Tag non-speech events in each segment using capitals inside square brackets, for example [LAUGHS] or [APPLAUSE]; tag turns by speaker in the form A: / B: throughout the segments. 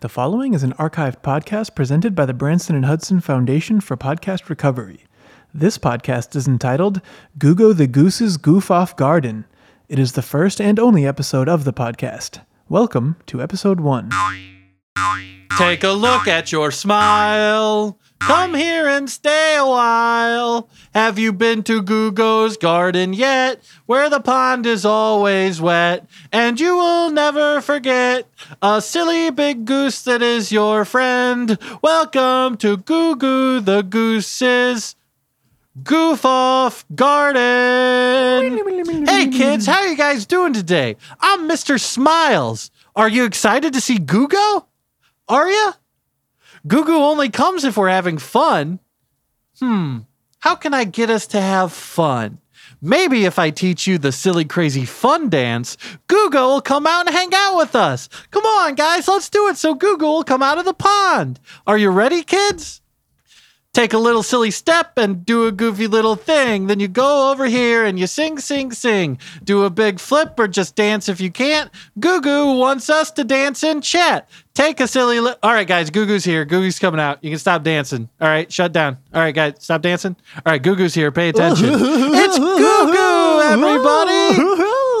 A: The following is an archived podcast presented by the Branson and Hudson Foundation for Podcast Recovery. This podcast is entitled Googo the Goose's Goof Off Garden. It is the first and only episode of the podcast. Welcome to episode one.
B: Take a look at your smile. Come here and stay a while. Have you been to Googo's garden yet? Where the pond is always wet. And you will never forget a silly big goose that is your friend. Welcome to Goo the Goose's Goof Off Garden. Hey kids, how are you guys doing today? I'm Mr. Smiles. Are you excited to see Googo? Are ya? Goo Goo only comes if we're having fun. Hmm, how can I get us to have fun? Maybe if I teach you the silly, crazy fun dance, Goo Goo will come out and hang out with us. Come on, guys, let's do it so Goo Goo will come out of the pond. Are you ready, kids? Take a little silly step and do a goofy little thing. Then you go over here and you sing, sing, sing. Do a big flip or just dance if you can't. Goo Goo wants us to dance and chat. Take a silly li- All right, guys, Goo Goo's here. Goo Goo's coming out. You can stop dancing. All right, shut down. All right, guys, stop dancing. All right, Goo Goo's here. Pay attention. it's Goo Goo, everybody.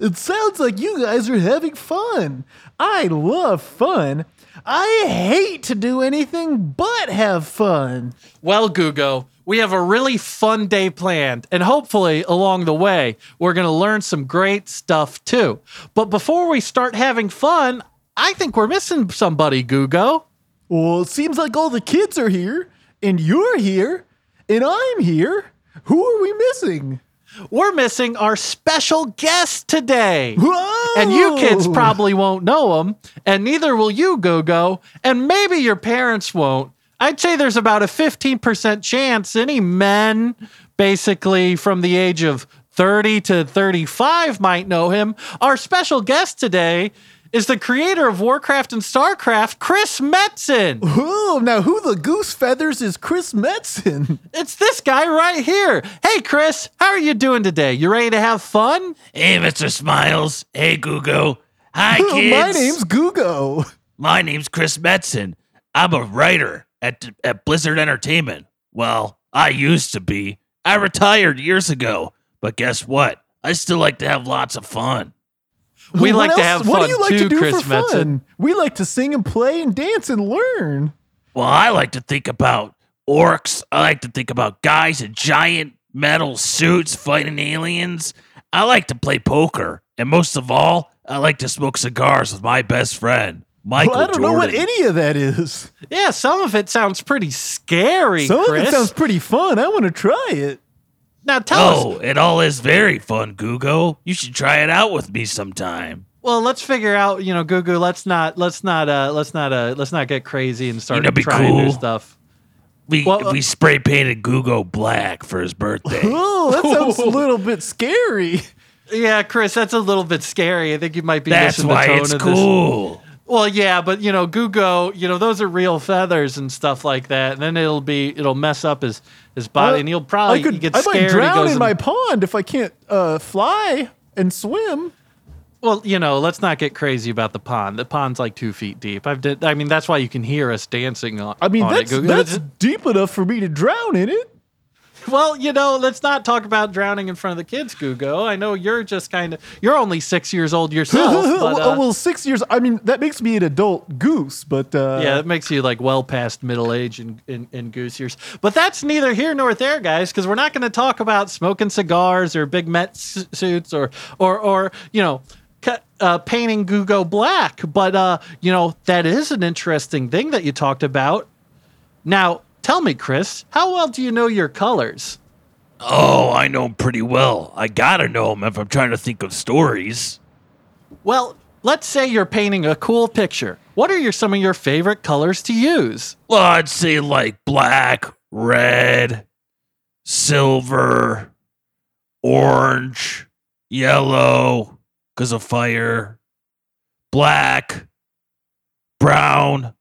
A: It sounds like you guys are having fun. I love fun. I hate to do anything but have fun.
B: Well, Googo, we have a really fun day planned, and hopefully along the way, we're going to learn some great stuff too. But before we start having fun, I think we're missing somebody, Googo.
A: Well, it seems like all the kids are here, and you're here, and I'm here. Who are we missing?
B: We're missing our special guest today.
A: Whoa!
B: And you kids probably won't know him, and neither will you, Gogo, and maybe your parents won't. I'd say there's about a 15% chance any men, basically from the age of 30 to 35, might know him. Our special guest today is the creator of Warcraft and StarCraft,
A: [LAUGHS]
B: Chris Metzen.
A: Whoa, now who the goose feathers is Chris Metzen?
B: It's this guy right here. Hey, Chris, how are you doing today? You ready to have fun?
C: Hey, Mr. Smiles. Hey, Googo. Hi, kids.
A: [LAUGHS] My name's Googo.
C: My name's Chris Metzen. I'm a writer at, at Blizzard Entertainment. Well, I used to be. I retired years ago. But guess what? I still like to have lots of fun.
B: We
A: What
B: like to
A: else-
B: have
A: What
B: fun
A: do you like
B: too,
A: to do
B: Chris
A: for
B: Metzen.
A: fun? We like to sing and play and dance and learn.
C: Well, I like to think about orcs. I like to think about guys in giant metal suits fighting aliens. I like to play poker. And most of all, I like to smoke cigars with my best friend, Michael
A: Well, I don't know what
C: Jordan.
A: any of that is.
B: Yeah, some of it sounds pretty scary,
A: Some
B: Chris.
A: of it sounds pretty fun. I want to try it.
B: now tell us.
C: Oh, it all is very fun, Googo. You should try it out with me sometime.
B: Well, let's figure out. You know, Goo Goo. Let's not. Let's not. Uh, let's not. Uh, let's not get crazy and start
C: know, be
B: trying new
C: cool.
B: stuff.
C: We
B: Well, uh-
C: we spray painted Googo black for his birthday.
A: Oh, that sounds
B: [LAUGHS]
A: a little bit scary.
B: Yeah, Chris, that's a little bit scary. I think you might be
C: That's
B: missing
C: why
B: the tone
C: it's
B: of
C: cool.
B: this. Well, yeah, but you know, Googo, you know, those are real feathers and stuff like that. And then it'll be it'll mess up his his body,
A: Well,
B: and he'll probably
A: I could,
B: Oh, get
A: I
B: scared.
A: might
B: and
A: drown
B: goes
A: in
B: and-
A: my pond if I can't uh, fly and swim.
B: Well, you know, let's not get crazy about the pond. The pond's like two feet deep. I've did, I mean, that's why you can hear us dancing on.
A: I mean,
B: on
A: that's
B: it. Google.
A: that's deep enough for me to drown in it.
B: well, you know, let's not talk about drowning in front of the kids, Googo. I know you're just kind of you're only six years
A: [LAUGHS]
B: old yourself, but
A: well,
B: uh,
A: well, six years. I mean, that makes me an adult goose, but uh,
B: yeah, that makes you like well past middle age in, in, in goose years. But that's neither here nor there, guys, because we're not going to talk about smoking cigars or big Met s- suits or or or you know. ca- Uh, painting Googo black, but uh, you know that is an interesting thing that you talked about. Now, tell me, Chris, how well do you know your colors?
C: Oh, I know him pretty well. I gotta know him if I'm trying to think of stories.
B: Well, let's say you're painting a cool picture. What are your some of your favorite colors to use?
C: Well, I'd say like black, red, silver, orange, yellow, cause of fire, black, brown,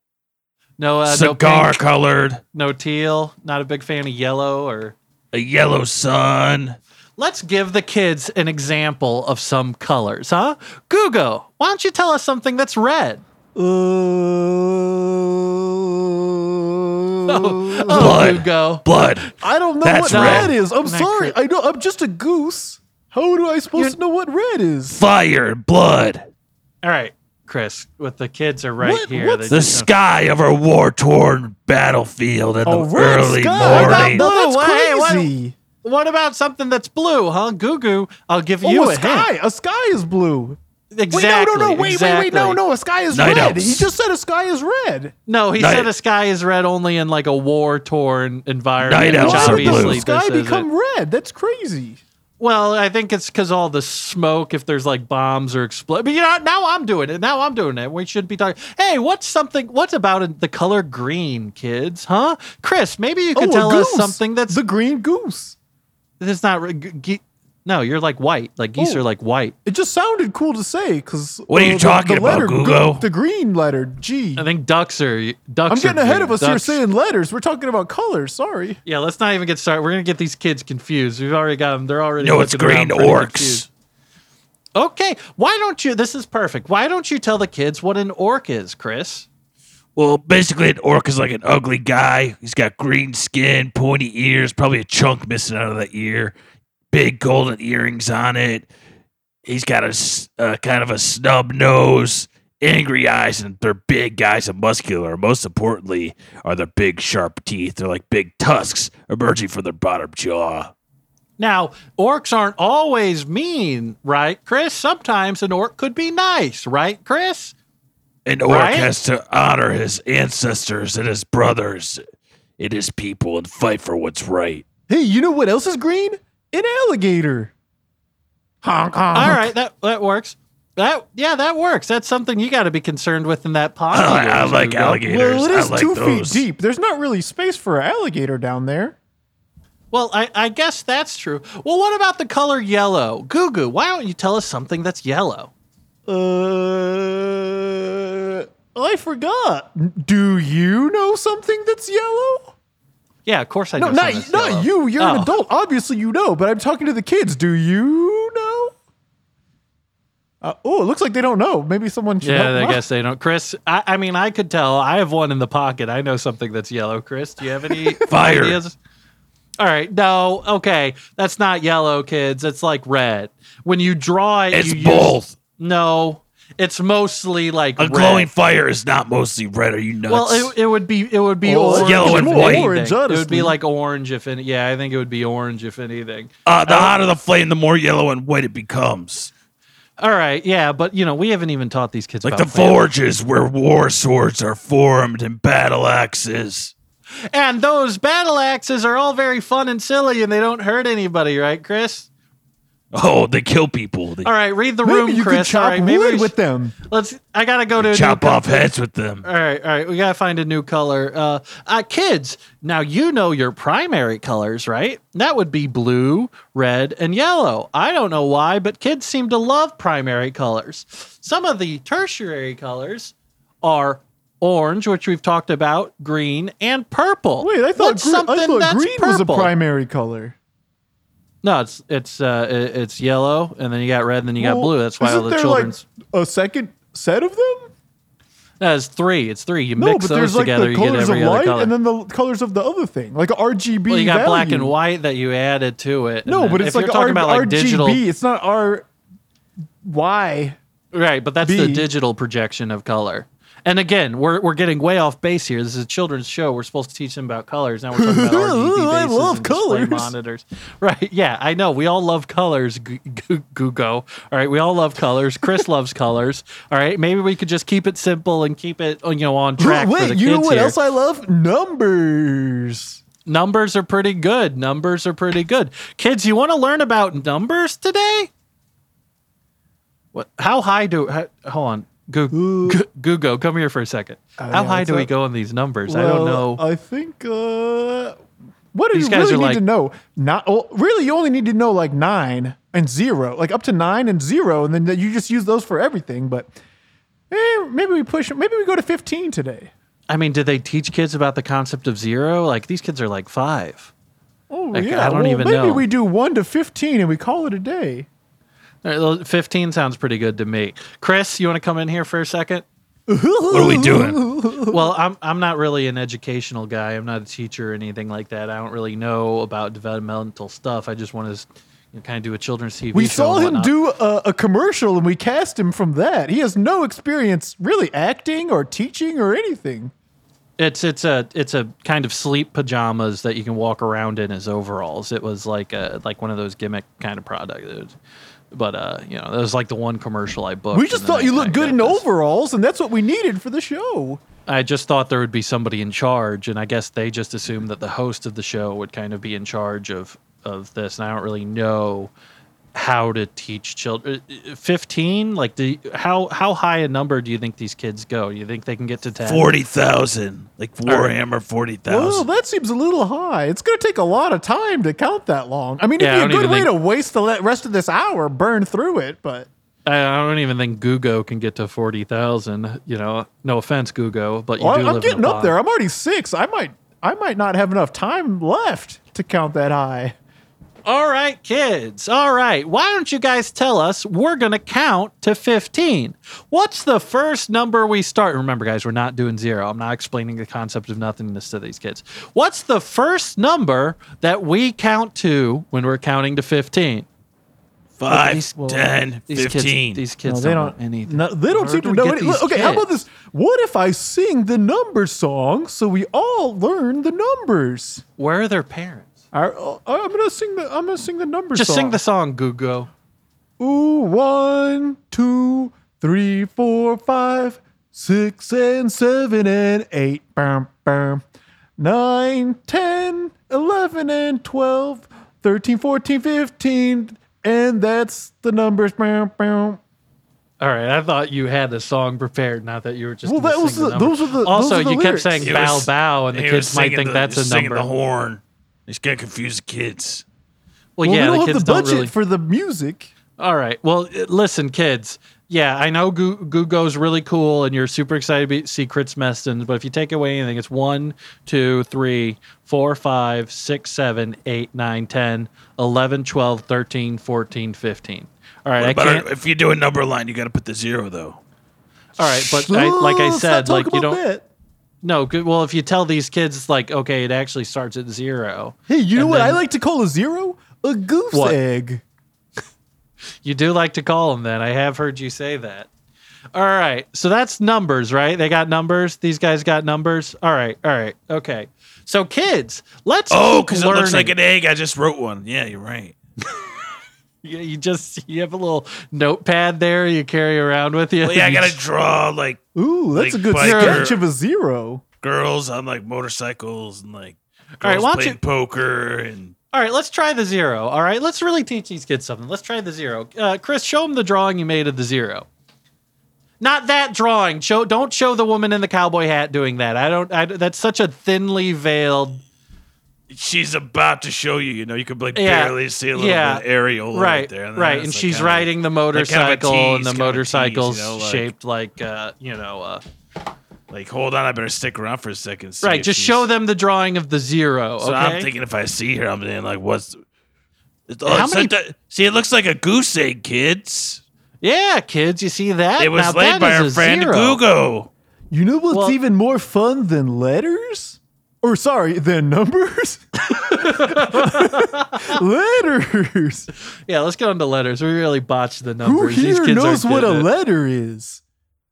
B: No, uh, no,
C: cigar
B: pink,
C: colored,
B: no teal. Not a big fan of yellow or
C: a yellow sun.
B: Let's give the kids an example of some colors, huh? Googo, why don't you tell us something that's red?
A: uh,
B: [LAUGHS]
A: Oh,
C: Blood.
B: Gugo.
C: Blood.
A: [LAUGHS] I don't know
C: That's
A: what
C: red.
A: red is. I'm
B: Isn't that
A: sorry. I know. I'm just a goose. How do I supposed
B: You're-
A: to know what red is?
C: Fire and blood.
B: All right, Chris, what the kids are right
A: What-
B: here.
A: what's
B: they
C: The
B: just don't-
C: sky of our war torn battlefield in
A: Oh,
C: the
A: red
C: early
A: sky.
C: morning.
A: No, that's
B: Why- hey, why-
A: crazy.
B: What about something that's blue, huh? Goo goo. I'll give you
A: oh,
B: a
A: a sky.
B: hint.
A: A sky is blue.
B: Exactly.
A: Wait, no, no, no. Wait, wait, wait. No,
B: exactly.
A: no. A sky is
C: Night
A: red.
C: Elves.
A: He just said a sky is red.
B: No, he
C: Night-
B: said a sky is red only in like a war torn environment.
C: Night elves
B: which
A: Why
C: are
A: would
B: obviously
A: the sky
B: this
A: become
B: isn't.
A: red? That's crazy.
B: Well, I think it's because all the smoke, if there's like bombs or explode. But you know, now I'm doing it. Now I'm doing it. We should be talking. Hey, what's something? What's about the color green, kids? Huh? Chris, maybe you could
A: Oh, a
B: tell us
A: goose.
B: something that's
A: the green goose.
B: that's not. re- G- ge- no, you're like white. Like geese
A: Oh.
B: are like white.
A: It just sounded cool to say because
C: What are you talking about,
A: letter, go-
C: Google?
A: The green letter G.
B: I think ducks are ducks.
A: I'm getting
B: are
A: ahead
B: green.
A: of us. You're
B: Ducks-
A: saying letters. We're talking about colors. Sorry.
B: Yeah, let's not even get started. We're gonna get these kids confused. We've already got them. They're already.
C: No, it's
B: looking around
C: green
B: pretty
C: orcs.
B: confused. Okay, why don't you? This is perfect. Why don't you tell the kids what an orc is, Chris?
C: Well, basically, an orc is like an ugly guy. He's got green skin, pointy ears, probably a chunk missing out of the ear, big golden earrings on it. He's got a s- uh, kind of a snub nose, angry eyes, and they're big guys and muscular. Most importantly, are their big, sharp teeth. They're like big tusks emerging from their bottom jaw.
B: Now, orcs aren't always mean, right, Chris? Sometimes an orc could be nice, right, Chris?
C: An orc
B: Right?
C: has to honor his ancestors and his brothers and his people and fight for what's right. [CLEARS THROAT]
A: Hey, you know what else is green? An alligator. Honk honk.
B: All right, that that works. That yeah, that works. That's something you got to be concerned with in that pond.
C: [CLEARS THROAT] I, I
B: yours,
C: like
B: Google.
C: alligators.
A: Well, it
C: I
A: is
C: like
A: two
C: those.
A: feet deep. There's not really space for an alligator down there.
B: Well, I, I guess that's true. Well, what about the color yellow, Goo Goo? Why don't you tell us something that's yellow?
A: Uh, I forgot. Do you know something that's yellow?
B: Yeah, of course I
A: No,
B: know.
A: not,
B: something that's
A: not
B: yellow.
A: you. You're an
B: Oh.
A: adult. Obviously, you know, but I'm talking to the kids. Do you know? Uh, oh, it looks like they don't know. Maybe someone should help
B: Yeah,
A: them
B: I
A: out.
B: guess they don't. Chris, I, I mean, I could tell. I have one in the pocket. I know something that's yellow. Chris, do you have any
C: [LAUGHS] Fire.
B: ideas? All right, no, okay, that's not yellow, kids. It's like red. When you draw it,
C: It's
B: you use-
C: both.
B: no, it's mostly like
C: A
B: red.
C: glowing fire is not mostly red. Are you nuts? Oh,
B: Well, it, it would be it would be
A: Well,
B: orange.
C: yellow
B: if
C: and
B: anything.
C: white.
A: Orange,
B: it would
A: honestly.
B: be like orange if any. Yeah, I think it would be orange if anything.
C: uh, the hotter the flame, the more yellow and white it becomes.
B: All right, yeah, but you know we haven't even taught these kids
C: Like
B: about
C: the forges where war swords are formed and battle axes.
B: And those battle axes are all very fun and silly, and they don't hurt anybody, right, Chris?
C: Oh, they kill people. They
B: All right, read the
A: Maybe
B: room,
A: you
B: Chris.
A: could chop
B: all right, maybe we
A: wood
B: sh-
A: with them.
B: let's. I gotta go to a new
C: chop
B: co-
C: off heads with them.
B: All right, all right, we gotta find a new color. Uh, uh, kids, now you know your primary colors, right? That would be blue, red, and yellow. I don't know why, but kids seem to love primary colors. Some of the tertiary colors are orange, which we've talked about, green, and purple.
A: Wait, I thought,
B: What's
A: gre- I
B: something
A: thought
B: that's
A: green was a
B: purple?
A: primary color.
B: No, it's it's uh, i- it's yellow, and then you got red, and then you got
A: Well,
B: blue. That's why all
A: isn't
B: the
A: there,
B: children's.
A: like a second set of them?
B: No, it's three. It's three. You
A: No,
B: mix
A: but
B: those
A: there's like
B: together,
A: the
B: you get
A: colors of
B: every other
A: light
B: color.
A: and then the colors of the other thing, like a RGB.
B: well, you got black and
A: value.
B: white that you added to it. and
A: No,
B: then-
A: but it's
B: if you're
A: like,
B: talking
A: R-
B: about like
A: RGB.
B: digital,
A: It's not R. Y.
B: right? But that's the
A: B.
B: digital projection of color. And again, we're we're getting way off base here. This is a children's show. We're supposed to teach them about colors. Now we're talking
A: [LAUGHS]
B: about
A: Ooh,
B: RGB
A: Oh, I
B: bases
A: love
B: and display
A: colors.
B: monitors. Right? Yeah, I know. We all love colors. Gu- gu- Gugo. All right, we all love colors. Chris loves colors. All right, maybe we could just keep it simple and keep it you know on track. for the
A: [LAUGHS] Wait, you know
B: kids
A: what
B: here.
A: else I love? Numbers.
B: numbers are pretty good. Numbers are pretty good. Kids, you want to learn about numbers today? What? How high do? How, hold on, Goo-
A: Ooh.
B: Goo- Googo, come here for a second. how
A: yeah,
B: high
A: what's
B: do we
A: up?
B: go on these numbers? I don't
A: Well,
B: know.
A: I think uh, what do
B: These
A: you
B: guys
A: really
B: are
A: need
B: like-
A: to know? Not well, really. You only need to know like nine and zero, like up to nine and zero, and then you just use those for everything. But eh, maybe we push. Maybe we go to fifteen today.
B: I mean, did they teach kids about the concept of zero? Like these kids are like five.
A: Oh
B: Like,
A: yeah,
B: I don't
A: well,
B: even
A: maybe
B: know.
A: we do one to fifteen and we call it a day.
B: All right, well, Fifteen sounds pretty good to me. Chris, you want to come in here for a second?
A: What
C: are we doing?
B: well, I'm I'm not really an educational guy. I'm not a teacher or anything like that. I don't really know about developmental stuff. I just want to you know, kind of do a children's TV.
A: We
B: show
A: saw
B: and
A: him
B: whatnot.
A: do a, a commercial and we cast him from that. He has no experience really acting or teaching or anything.
B: It's it's a it's a kind of sleep pajamas that you can walk around in as overalls. It was like a like one of those gimmick kind of product. It was- But uh, you know, that was like the one commercial I booked.
A: We just
B: and then
A: thought
B: I-
A: you
B: I
A: looked good
B: got
A: in
B: this.
A: overalls, and that's what we needed for the show.
B: I just thought there would be somebody in charge, and I guess they just assumed that the host of the show would kind of be in charge of of this. And I don't really know how to teach children. Uh, Fifteen, like the how how high a number do you think these kids go? Do you think they can get to ten?
C: Forty thousand, like Warhammer forty
A: Well,
C: thousand.
A: that seems a little high. It's going to take a lot of time to count that long. I mean,
B: Yeah, I
A: it'd be
B: don't
A: a good
B: even
A: way
B: think-
A: to waste the le- rest of this hour, burn through it, but
B: I, I don't even think Googo can get to forty thousand. You know, no offense, Googo, but you
A: Well,
B: do
A: I'm
B: live in a
A: getting up
B: pod.
A: there. I'm already six. I might, I might not have enough time left to count that high.
B: All right, kids. All right. Why don't you guys tell us? We're going to count to 15. What's the first number we start? Remember, guys, we're not doing zero. I'm not explaining the concept of nothingness to these kids. What's the first number that we count to when we're counting to 15?
C: Five,
B: These- well,
C: ten,
B: these kids-
C: fifteen.
B: these kids
A: they
B: don't,
A: don't-
B: know anything.
A: No, they
B: Where
A: don't seem to
B: do we
A: know
B: get
A: any.
B: these
A: Okay, how about
B: kids?
A: this? What if I sing the number song so we all learn the numbers?
B: Where are their parents?
A: I, am gonna sing the. I'm gonna sing the number
B: Just
A: song.
B: sing the song, Googo.
A: Ooh, one, two, three, four, five, six, and seven, and eight, bam, bam, nine, ten, eleven, and twelve, thirteen, fourteen, fifteen, and that's the numbers. Bam, bam.
B: All right, I thought you had the song prepared, not that you were just.
A: Well,
B: gonna
A: that
B: sing
A: was
B: the
A: the-
B: number.
A: those were the- those
B: Also,
A: were the
B: you
A: lyrics.
B: kept saying
C: He
B: bow
C: was-
B: bow, and the
C: he
B: kids
C: was
B: might
C: singing
B: think
C: the-
B: that's
C: he's
B: a
C: singing
B: number.
C: The horn. He's gonna confuse the kids.
B: Well,
A: Well,
B: yeah,
A: we
B: the
A: don't
B: kids
A: have the
B: don't
A: budget
B: really.
A: for the music.
B: All right. Well, uh, listen, kids. Yeah, I know Goo Googo's really cool, and you're super excited to be- see Chris Meston. But if you take away anything, it's one, two, three, four, five, six, seven, eight, nine, 10, 11, 12, 13, 14, 15. All right, I
C: But
B: can't.
C: if you do a number line, you got to put the zero though.
B: All right, but I,
A: Ooh,
B: like I
A: let's not
B: said,
A: talk
B: like you
A: about
B: don't.
A: that.
B: No, good. Well, if you tell these kids, like, okay, it actually starts at zero.
A: Hey, you know
B: and
A: what I
B: then-
A: like to call a zero? A goose
B: What?
A: egg.
B: You do like to call them that. I have heard you say that. All right. So that's numbers, right? They got numbers. These guys got numbers. All right. All right. Okay. So kids, let's
C: Oh,
B: keep
C: because it looks like
B: learning.
C: an egg. I just wrote one. Yeah, you're right.
B: You you just you have a little notepad there you carry around with you.
C: Well, yeah, I
B: You
C: gotta
B: just-
C: draw like
A: Ooh, that's
C: Like
A: a good
C: biker-
A: sketch of a zero.
C: girls on like motorcycles and like girls
B: All right, why don't
C: playing
B: you-
C: poker and
B: [LAUGHS] All right, let's try the zero. All right, let's really teach these kids something. Let's try the zero. Uh, Chris, show them the drawing you made of the zero. Not that drawing. Show don't show the woman in the cowboy hat doing that. I don't. I, that's such a thinly veiled
C: she's about to show you. You know, you could like
B: Yeah,
C: barely see a little
B: yeah,
C: bit of areola right,
B: right
C: there. then
B: right
C: it's,
B: and
C: like,
B: she's
C: kinda-
B: riding the motorcycle and
C: tease,
B: the
C: kind of a
B: motorcycle's
C: tease, you know, like-
B: shaped like uh you know uh
C: Like, hold on, I better stick around for a second. see
B: right
C: if
B: just
C: she's-
B: show them the drawing of the zero
C: So
B: okay
C: I'm thinking if I see her, I'm thinking like, what's? It's, oh,
B: How
C: it's like
B: many-
C: the- see, it looks like a goose egg, kids.
B: yeah kids you see that
C: It was
B: Now
C: laid
B: that
C: by
B: is
C: our
B: a
C: friend
B: zero.
C: Google.
A: You know what's
B: Well-
A: even more fun than letters? Or sorry, than numbers? [LAUGHS] letters.
B: yeah let's get on to letters we really botched the
A: Who
B: numbers These
A: here
B: kids
A: knows
B: aren't
A: what a
B: good at-
A: letter is?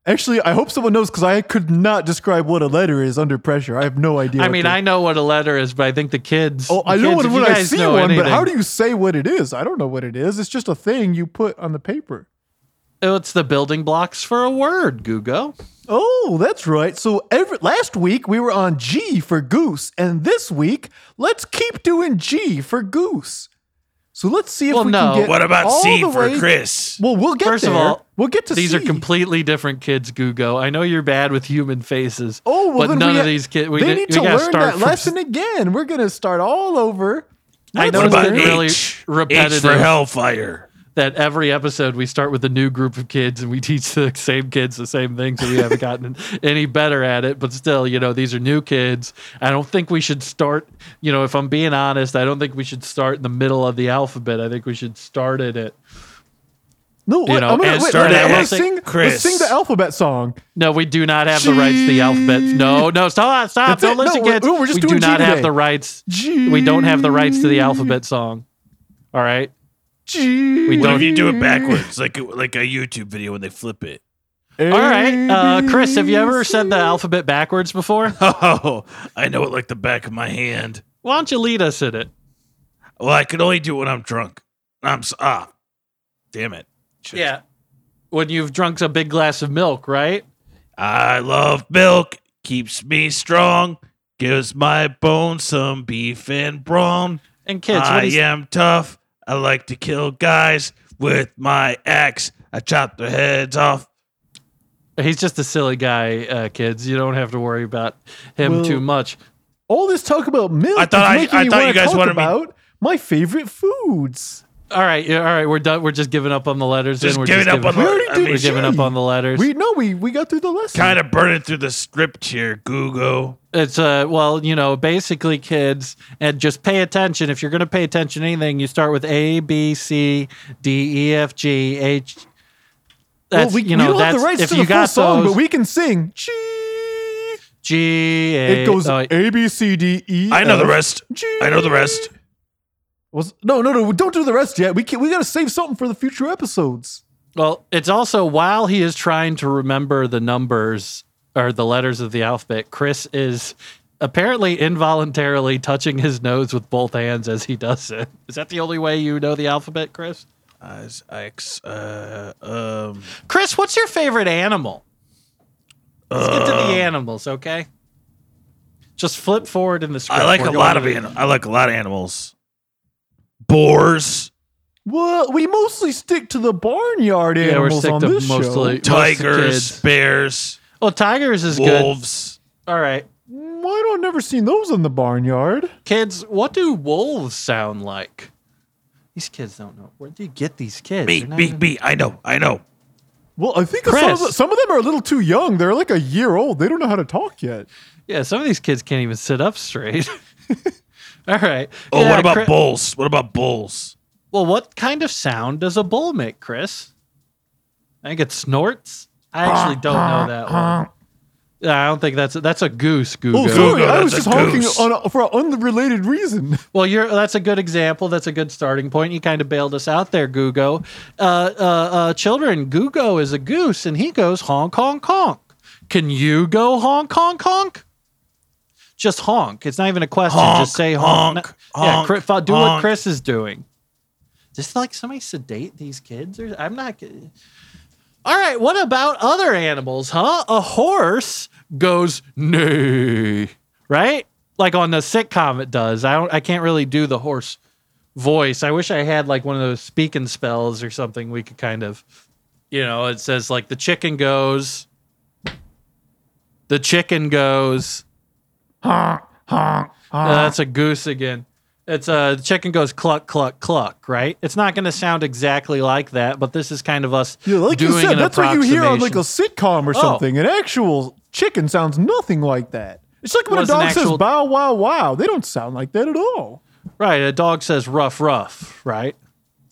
A: Actually, I hope someone knows because I could not describe what a letter is under pressure. I have no idea.
B: I
A: what
B: mean,
A: the-
B: I know what a letter is, but I think the kids.
A: Oh, I know
B: kids,
A: what
B: if
A: when
B: you
A: I
B: guys
A: see
B: know
A: one, but
B: anything-
A: how do you say what it is? I don't know what it is. It's just a thing you put on the paper.
B: Oh, It's the building blocks for a word, Google.
A: Oh, that's right. So every last week we were on G for goose, and this week let's keep doing G for goose. So let's see if
B: Well,
A: we
B: no.
A: can get
C: What about
A: all
C: C
A: the
C: for
A: way-
C: Chris?
A: Well, we'll get
B: First of
A: there.
B: all,
A: we'll get to
B: These
A: C.
B: are completely different kids, Google. I know you're bad with human faces.
A: Oh, well,
B: but
A: then
B: none
A: we
B: of
A: ha-
B: these kids. We,
A: they
B: did-
A: need to
B: we gotta
A: learn
B: start
A: that
B: from-
A: lesson again. We're gonna start all over.
B: I
A: Let's
B: know
C: What
B: it's
C: about
B: been
A: learn-
B: really
C: H? H
B: repetitive.
C: for Hellfire.
B: That every episode we start with a new group of kids and we teach the same kids the same things, and we
A: [LAUGHS]
B: haven't gotten any better at it. But still, you know, these are new kids. I don't think we should start. You know, if I'm being honest, I don't think we should start in the middle of the alphabet. I think we should start at it.
A: No, wait,
B: know,
A: I'm gonna,
B: and
A: wait,
B: start
A: let's-
B: out
A: let's
B: with
A: sing,
C: Chris.
A: let's sing the alphabet song.
B: No, we do not have the rights to the alphabet. No, no, stop, stop.
A: That's
B: don't
A: it. No,
B: listen,
A: we're-
B: kids.
A: ooh, we're just
B: we
A: doing
B: do
A: G
B: not have
A: today.
B: the rights.
A: G.
B: We don't have the rights to the alphabet song. All right.
A: G.
B: We
C: What if
B: don't-
C: you do it backwards, like like a YouTube video when they flip it? [LAUGHS]
A: A,
B: All right. Uh, Chris, have you ever said the alphabet backwards before?
C: Oh, I know it like the back of my hand.
B: Why don't you lead us in it?
C: Well, I can only do it when I'm drunk. I'm s- ah, damn it. Shit.
B: When you've drunk a big glass of milk, right?
C: I love milk, keeps me strong, gives my bones some beef and brawn.
B: And kids,
C: I
A: Uh,
B: what is,
C: am tough. I like to kill guys with my axe. I chop their heads off.
B: he's just a silly guy, uh, kids. You don't have to worry about him
A: Well-
B: too much.
A: All this talk about milk.
C: I thought I-
A: is making
C: I
A: me
C: thought
A: wanna
C: you guys
A: talk
C: wanted me-
A: about my favorite foods.
B: All right, yeah, all right, we're done. We're just giving up on the letters.
C: Just
B: and we're
C: giving
B: just
C: up on
B: giving,
C: the-
A: We already
C: I
A: did
C: mean,
B: We're giving up
A: G.
B: on the letters.
A: We no, we we got through the lesson.
C: Kind of burning through the script here, Google.
B: It's uh, well, you know, basically, kids, and just pay attention. If you're going to pay attention to anything, you start with A, B, C, D, E, F, G, H.
A: Well,
B: That's
A: we,
B: you know,
A: we don't
B: that's
A: have the rights
B: if
A: to
B: you
A: the full
B: got
A: song,
B: those,
A: but we can sing. G.
B: G, A,
A: It goes
B: oh,
A: A B C D E.
C: I know the
A: F,
C: rest.
A: G.
C: I know the rest.
A: Was- no, no, no. Don't do the rest yet. We can, we gotta save something for the future episodes.
B: Well, it's also while he is trying to remember the numbers or the letters of the alphabet, Chris is apparently involuntarily touching his nose with both hands as he does it. Is that the only way you know the alphabet, Chris?
C: As X, uh, um,
B: Chris, what's your favorite animal? Let's get to
C: Um,
B: the animals, okay? Just flip forward in the script.
C: I like
B: We're
C: a
B: going
C: lot
B: to
C: of
B: the-
C: animals. I like a lot of animals. Boars,
A: Well, we mostly stick to the barnyard
B: Yeah, we're
A: animals
B: stick
A: on
B: to
A: this
B: mostly-
A: show.
B: Most kids.
C: tigers, bears,
B: Well, tigers is
C: wolves.
B: good. All right.
A: Mm, I don't never seen those in the barnyard.
B: Kids, what do wolves sound like? These kids don't know. Where do you get these kids?
C: Me,
B: They're not
C: me,
B: even-
C: me. I know. I know.
A: Well, I think some of,
B: Chris.
A: the- some of them are a little too young. They're like a year old. They don't know how to talk yet.
B: Yeah, some of these kids can't even sit up straight. [LAUGHS] All right.
C: Oh,
B: Yeah,
C: what about
B: Chri-
C: bulls? What about bulls?
B: Well, what kind of sound does a bull make, Chris? I think it snorts. I actually don't know that one.
C: [LAUGHS]
B: Yeah, I don't think that's a, that's a goose. Google.
A: Oh, sorry.
C: Google,
A: I was
C: that's
A: just
C: a
A: honking
C: goose.
A: on a, for an unrelated reason. [LAUGHS]
B: Well, you're that's a good example. That's a good starting point. You kind of bailed us out there, Gugo. Uh, uh, uh, children, Gugo is a goose, and he goes honk, honk, honk. Can you go honk, honk, honk? Just honk. It's not even a question.
C: Honk,
B: Just say honk.
C: honk,
B: No- yeah,
C: honk,
B: Chris, do what
C: honk.
B: Chris is doing. Just like somebody sedate these kids, or I'm not. g- All right. What about other animals, huh? A horse goes neigh, right? Like on the sitcom, it does. I don't. I can't really do the horse voice. I wish I had like one of those speaking spells or something. We could kind of, you know, it says like the chicken goes, the chicken goes. Uh, that's a goose again. It's a uh, the chicken goes cluck cluck cluck. Right? It's not going to sound exactly like that, but this is kind of us
A: Yeah, like
B: doing
A: you said,
B: an
A: that's what you hear on like a
B: approximation.
A: sitcom or
B: Oh.
A: something. An actual chicken sounds nothing like that. It's like when
B: What
A: a
B: is an
A: dog
B: actual-
A: says bow wow wow. They don't sound like that at all.
B: right. A dog says rough rough. Right?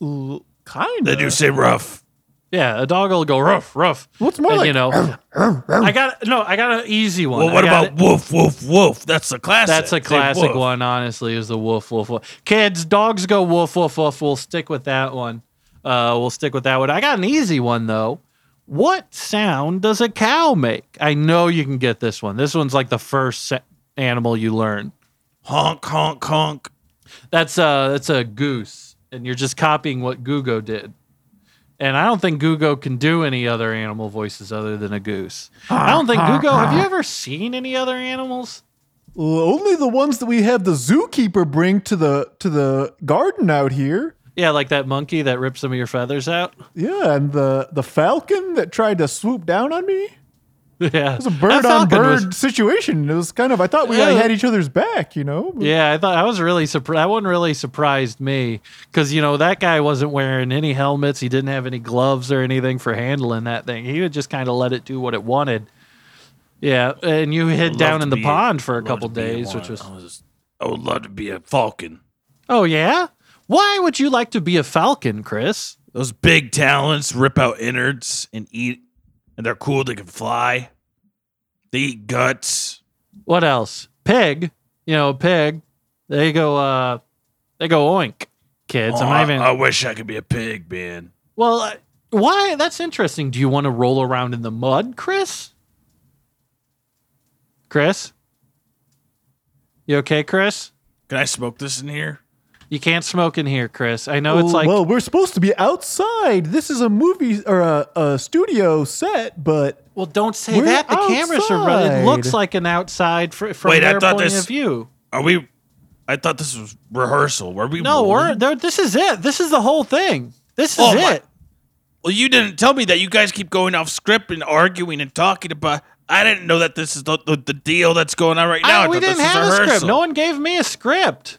A: L- kind
C: They do say rough.
B: Yeah, a dog will go rough rough.
A: What's more
B: And,
A: like [CLEARS THROAT]
B: you know? I got no. I got an easy one.
C: Well, what
B: I got
C: about woof, woof, woof? That's a classic.
B: That's a
C: Say
B: classic
C: woof.
B: one, honestly, is the woof, woof, woof. Kids, dogs go woof, woof, woof. We'll stick with that one. Uh, we'll stick with that one. I got an easy one, though. What sound does a cow make? I know you can get this one. This one's like the first sa- animal you learn.
C: Honk, honk, honk.
B: That's a, that's a goose, and you're just copying what Gugo did. And I don't think Gugo can do any other animal voices other than a goose. I don't think Gugo, have you ever seen any other animals?
A: Well, only the ones that we have the zookeeper bring to the to the garden out here.
B: Yeah, like that monkey that ripped some of your feathers out.
A: Yeah, and the the falcon that tried to swoop down on me.
B: [LAUGHS] Yeah,
A: It was a bird on bird situation. It was kind of I thought we like,
B: Yeah.
A: had each other's back, you know. but-
B: yeah, I thought I was really surprised. That one really surprised me because you know that guy wasn't wearing any helmets. He didn't have any gloves or anything for handling that thing. He would just kind of let it do what it wanted. Yeah, and you hid
C: I'd love
B: down
C: to
B: in the
C: be-
B: pond for a
C: love
B: couple
C: to be
B: days,
C: one.
B: which was
C: I, I would love to be a falcon.
B: oh yeah. Why would you like to be a falcon, Chris?
C: Those big talons rip out innards and eat, and they're cool. They can fly. They eat guts.
B: What else? Pig. You know, pig. They go. uh They go oink. Kids, I'm
C: Oh,
B: not
C: I-
B: even.
C: I wish I could be a pig, man.
B: well, uh, why? That's interesting. Do you want to roll around in the mud, Chris? Chris, you okay, Chris?
C: Can I smoke this in here?
B: You can't smoke in here, Chris. I know it's like
A: Oh, well, we're supposed to be outside. This is a movie or a, a studio set, but
B: Well, don't say
A: We're
B: that. The cameras are running. It
A: outside.
B: looks like an outside fr- from
C: Wait, I
B: their
C: thought
B: point
C: this-
B: of view.
C: Are we? I thought this was rehearsal. Were we?
B: No, we're,
C: rolling?
B: there- this is it. This is the whole thing. This is
C: Oh, my-
B: it.
C: Well, you didn't tell me that. You guys keep going off script and arguing and talking about. I didn't know that this is the, the, the deal that's going on right now.
B: I-
C: I
B: we
C: thought this
B: didn't
C: was
B: have a script.
C: rehearsal.
B: No one gave me a script.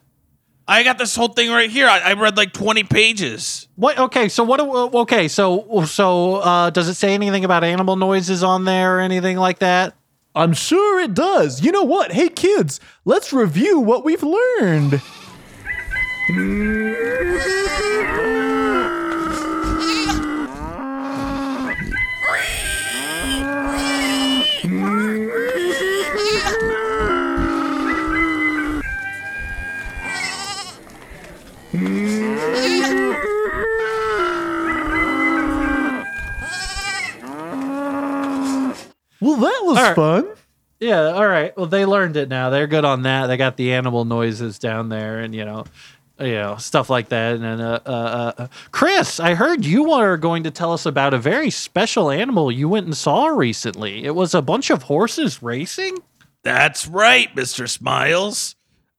C: I got this whole thing right here. I, I read like twenty pages.
B: What? Okay, so what? do- Okay, so so uh, does it say anything about animal noises on there or anything like that?
A: I'm sure it does. You know what? Hey, kids, let's review what we've learned. Well, that was
B: Alright.
A: fun.
B: Yeah. All right. Well, they learned it now. They're good on that. They got the animal noises down there, and you know, you know stuff like that. And then, uh, uh, uh, uh, Chris, I heard you were going to tell us about a very special animal you went and saw recently. It was a bunch of horses racing.
C: That's right, Mister Smiles.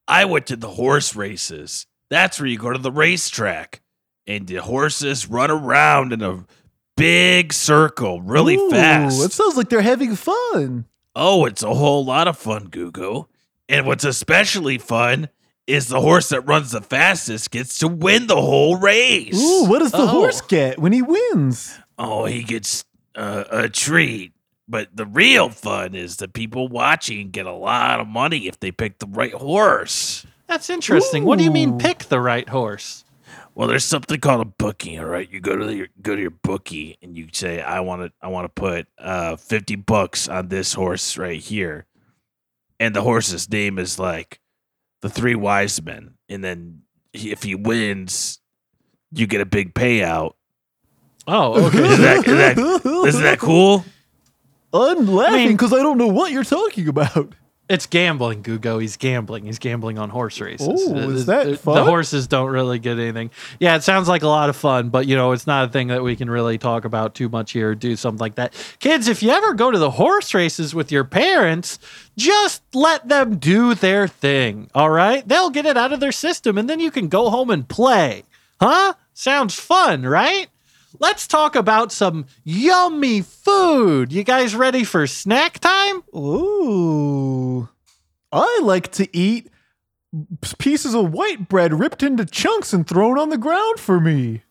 C: I went to the horse races. That's where you go to the racetrack, and the horses run around in a big circle, really
A: Ooh,
C: fast.
A: It sounds like they're having fun.
C: Oh, it's a whole lot of fun, Gugu. And what's especially fun is the horse that runs the fastest gets to win the whole race.
A: Ooh, what does the
B: Oh.
A: horse get when he wins?
C: Oh, he gets uh, a treat. But the real fun is the people watching get a lot of money if they pick the right horse.
B: That's interesting. What do you mean,
A: Ooh.
B: pick the right horse?
C: Well, there's something called a bookie. All right, you go to your go to your bookie and you say, "I want to, I want to put uh, fifty bucks on this horse right here," and the horse's name is like the Three Wise Men. And then he, if he wins, you get a big payout. [LAUGHS]
B: Oh, okay. [LAUGHS]
C: Is that, is that, isn't that cool?
A: I'm
B: I
A: laughing
B: mean-
A: because I, don't know what you're talking about.
B: it's gambling, Gugo. He's gambling. He's gambling on horse races.
A: Ooh,
B: Uh,
A: is
B: the-
A: that
B: the, The
A: fun?
B: horses don't really get anything. Yeah, it sounds like a lot of fun, but you know, it's not a thing that we can really talk about too much here. Or do something like that, kids. If you ever go to the horse races with your parents, just let them do their thing. All right, they'll get it out of their system, and then you can go home and play. Huh? Sounds fun, right? Let's talk about some yummy food. You guys ready for snack time?
A: Ooh. I like to eat pieces of white bread ripped into chunks and thrown on the ground for me.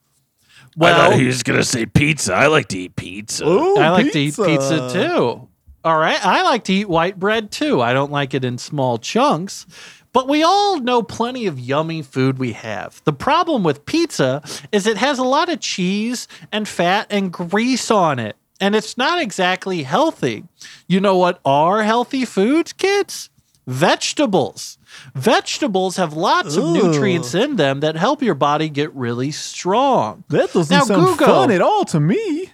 C: I thought he was gonna say pizza. I like to eat pizza.
A: Oh,
B: I like to eat pizza too. All right. I like to eat white bread too. I don't like it in small chunks. But we all know plenty of yummy food we have. The problem with pizza is it has a lot of cheese and fat and grease on it. And it's not exactly healthy. You know what are healthy foods, kids? Vegetables. Vegetables have lots of
A: Ooh.
B: nutrients in them that help your body get really strong.
A: That doesn't
B: Now,
A: sound
B: Google.
A: fun at all to me.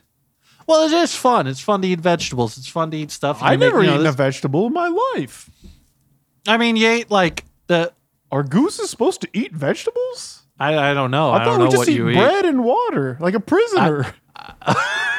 B: Well, it is fun. It's fun to eat vegetables. It's fun to eat stuff.
A: I've
B: You make-
A: never
B: you know,
A: eaten
B: this-
A: a vegetable in my life.
B: I mean, you ate like the.
A: Are gooses supposed to eat vegetables?
B: I, I don't know.
A: I,
B: I,
A: thought
B: don't
A: we
B: know
A: just
B: what
A: eat
B: you
A: bread and water like a prisoner.
B: eat. [LAUGHS]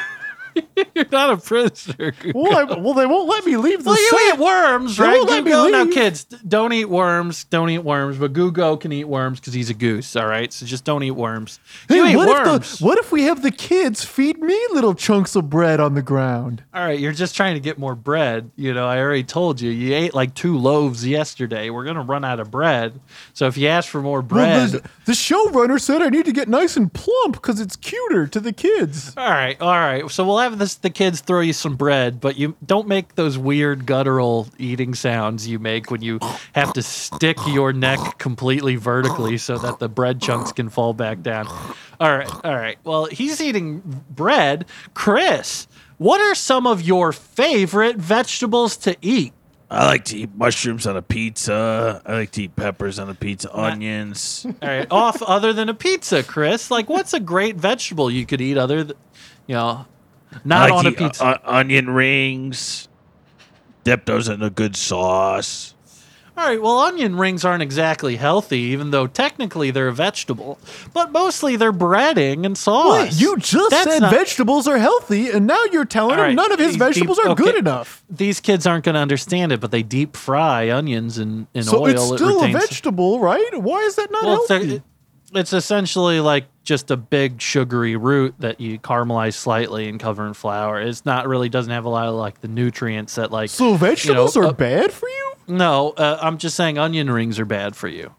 B: You're not a prisoner.
A: [LAUGHS]
B: Google.
A: well, I, well, they won't let me leave the
B: Well, you
A: set.
B: eat worms,
A: They
B: right?
A: won't let me
B: Gugo, no
A: leave.
B: kids, d- don't eat worms. Don't eat worms. But Gugo can eat worms because he's a goose. All right, so just don't eat worms. you
A: Hey,
B: eat
A: what, if
B: worms.
A: the, what if we have the kids feed me little chunks of bread on the ground?
B: all right, you're just trying to get more bread. You know, I already told you. You ate like two loaves yesterday. We're gonna run out of bread. So if you ask for more
A: Well,
B: bread,
A: the, the showrunner said I need to get nice and plump because it's cuter to the kids.
B: All right, all right. So we'll have this the kids throw you some bread, but you don't make those weird guttural eating sounds you make when you have to stick your neck completely vertically so that the bread chunks can fall back down. All right, all right. Well, he's eating bread. Chris, what are some of your favorite vegetables to eat?
C: I like to eat mushrooms on a pizza. I like to eat peppers on a pizza, onions.
B: All right, off [LAUGHS] other than a pizza, Chris. Like, what's a great vegetable you could eat other, th- you know,
C: I
B: not
C: like
B: on
C: to
B: a
C: eat, uh,
B: pizza?
C: uh, onion rings. Dip those in a good sauce.
B: All right, well, onion rings aren't exactly healthy, even though technically they're a vegetable, but mostly they're breading and sauce.
A: Wait, you just
B: That's
A: said
B: not-
A: vegetables are healthy, and now you're telling
B: All
A: him
B: right,
A: none of his
B: he-
A: vegetables
B: he-
A: are good
B: okay.
A: enough.
B: These kids aren't going to understand it, but they deep fry onions in, in
A: So
B: oil.
A: it's still a
B: retains-
A: vegetable, right? Why is that not
B: Well, it's,
A: healthy?
B: a- it's essentially like just a big sugary root that you caramelize slightly and cover in flour. It's not really doesn't have a lot of like the nutrients that like.
A: so vegetables
B: you know,
A: are
B: uh,
A: bad for you?
B: No, uh, I'm just saying onion rings are bad for you,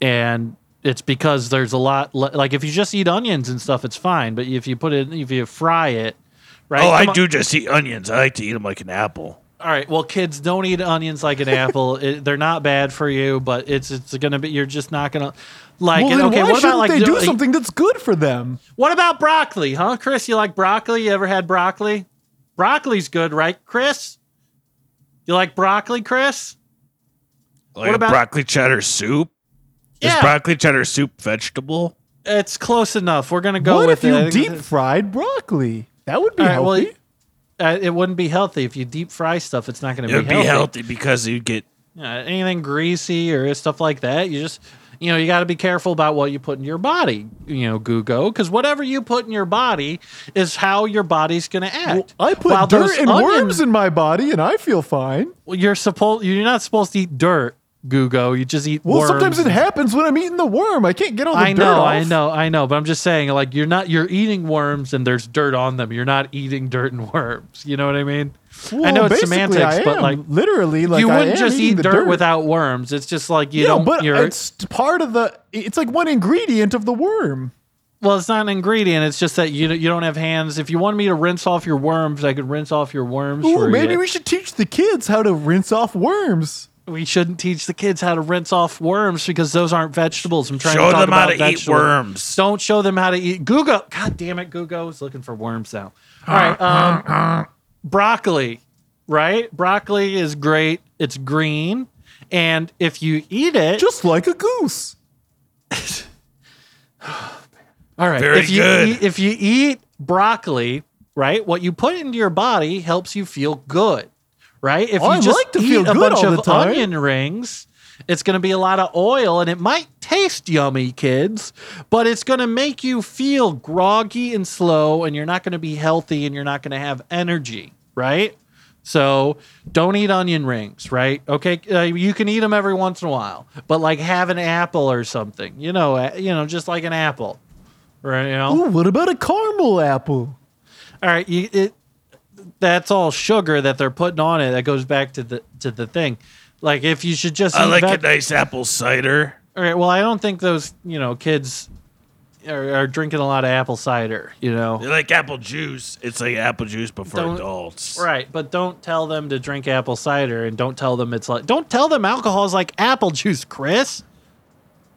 B: and it's because there's a lot le- like if you just eat onions and stuff, it's fine. But if you put it, if you fry it, right?
C: oh, I
B: Come on-
C: do just eat onions. I like to eat them like an apple.
B: All right. Well, kids, don't eat onions like an apple. [LAUGHS] It, they're not bad for you, but it's it's gonna be. You're just not gonna like.
A: Well,
B: and
A: then
B: okay,
A: why
B: what
A: shouldn't
B: about like
A: they do
B: uh,
A: something that's good for them?
B: What about broccoli, huh, Chris? You like broccoli? You ever had broccoli? Broccoli's good, right, Chris? You like broccoli, Chris?
C: Like
B: What about-
C: a broccoli cheddar soup.
B: Yeah.
C: Is broccoli cheddar soup vegetable?
B: It's close enough. We're gonna go
A: what
B: with
A: if you
B: it. I think
A: deep
B: it's-
A: fried broccoli? That would be
B: All right,
A: healthy.
B: well, uh, it wouldn't be healthy if you deep fry stuff. It's not gonna
C: It would
B: be healthy.
C: be healthy because you'd get
B: Yeah, anything greasy or stuff like that, you just you know you got to be careful about what you put in your body. You know, Googo, because whatever you put in your body is how your body's going to
A: Well,
B: act.
A: I put
B: While
A: dirt
B: those
A: and
B: onion-
A: worms in my body, and I feel fine.
B: Well, You're supposed you're not supposed to eat dirt, Googo. You just eat.
A: Well,
B: worms.
A: sometimes it happens when I'm eating the worm. I can't get all the
B: I
A: dirt
B: know,
A: off.
B: I know, I know, but I'm just saying, like, you're not, you're eating worms and there's dirt on them. You're not eating dirt and worms. You know what I mean? I
A: Well,
B: know it's
A: basically,
B: semantics,
A: I
B: but
A: am.
B: like,
A: literally, like
B: you
A: I
B: wouldn't
A: am
B: just
A: eating
B: eat
A: the
B: dirt, without worms. It's just like you
A: Yeah,
B: don't.
A: but
B: you're,
A: it's part of the. It's like one ingredient of the worm.
B: Well, it's not an ingredient. It's just that you you don't have hands. If you wanted me to rinse off your worms, I could rinse off your worms
A: Ooh,
B: for
A: maybe
B: you.
A: we should teach the kids how to rinse off worms.
B: We shouldn't teach the kids how to rinse off worms because those aren't vegetables. I'm trying
C: show
B: to talk
C: them how
B: about
C: to eat
B: vegetables.
C: worms.
B: Don't show them how to eat. Google. God damn it, Googo's looking for worms now. All right,
C: Uh,
B: um, broccoli. Right, broccoli is great. It's green, and if you eat it,
A: Just like a goose.
B: All right.
C: Very
B: if you
C: good.
B: Eat, if you eat broccoli, right, what you put into your body helps you feel good, right? If
A: Oh, I
B: you just
A: like to
B: eat
A: feel
B: a
A: good
B: bunch
A: all the
B: of
A: time.
B: onion rings, it's going to be a lot of oil, and it might taste yummy, kids, but it's going to make you feel groggy and slow, and you're not going to be healthy, and you're not going to have energy, right? So don't eat onion rings, right? Okay, uh, you can eat them every once in a while, but like have an apple or something, you know, uh, you know, just like an apple, right? You know,
A: Ooh, what about a caramel apple?
B: all right, you, it, that's all sugar that they're putting on it. That goes back to the to the thing. Like if you should just
C: I
B: eat
C: like
B: veg-
C: a nice apple cider.
B: all right. Well, I don't think those you know kids are, are drinking a lot of apple cider. You know,
C: They like apple juice. It's like apple juice but for
B: Don't-
C: adults.
B: right? But don't tell them to drink apple cider, and don't tell them it's like don't tell them alcohol is like apple juice, Chris.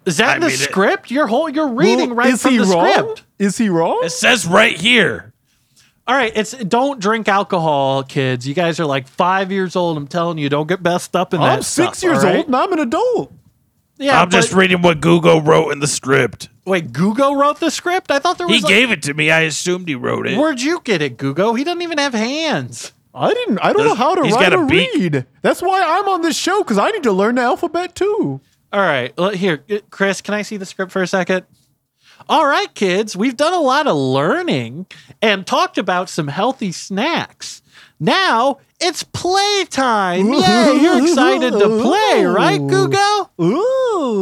B: Is that
C: I
B: in the
C: mean, it-
B: script? You're whole, you're reading
A: Well,
B: right
A: is
B: from
A: he
B: the
A: wrong?
B: script.
A: Is he wrong?
C: It says right here.
B: All right, it's don't drink alcohol, kids. You guys are like five years old. I'm telling you, don't get messed up in that.
A: I'm six
B: stuff,
A: years
B: all right?
A: old and I'm an adult.
B: Yeah,
C: I'm just
B: but-
C: reading what Google wrote in the script.
B: wait. Gugo wrote the script. I thought there was.
C: He gave it to me. I assumed he wrote it.
B: like, where'd you get it, Gugo? He doesn't even have hands.
A: I didn't. I don't
C: Does-
A: know how to
C: he's
A: write
C: got a
A: or
C: beak.
A: read. That's why I'm on this show because I need to learn the alphabet too.
B: All right, l- here, uh, Chris. Can I see the script for a second? All right, kids. We've done a lot of learning and talked about some healthy snacks. Now it's
C: [LAUGHS]
B: playtime. Yay! You're excited to play, right, Gugo?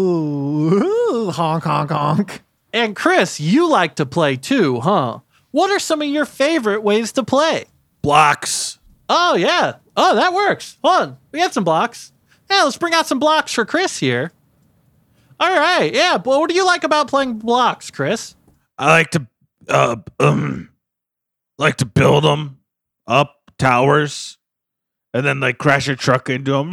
A: Ooh, honk, honk, honk.
B: And Chris, you like to play too, huh? What are some of your favorite ways to play?
C: Blocks.
B: Oh yeah. Oh, that works. Hold on. We got some blocks. Yeah, let's bring out some blocks for Chris here. All right. Yeah. But what do you like about playing blocks, Chris?
C: I like to uh um like to build them up [LAUGHS] towers and then like crash a truck into them.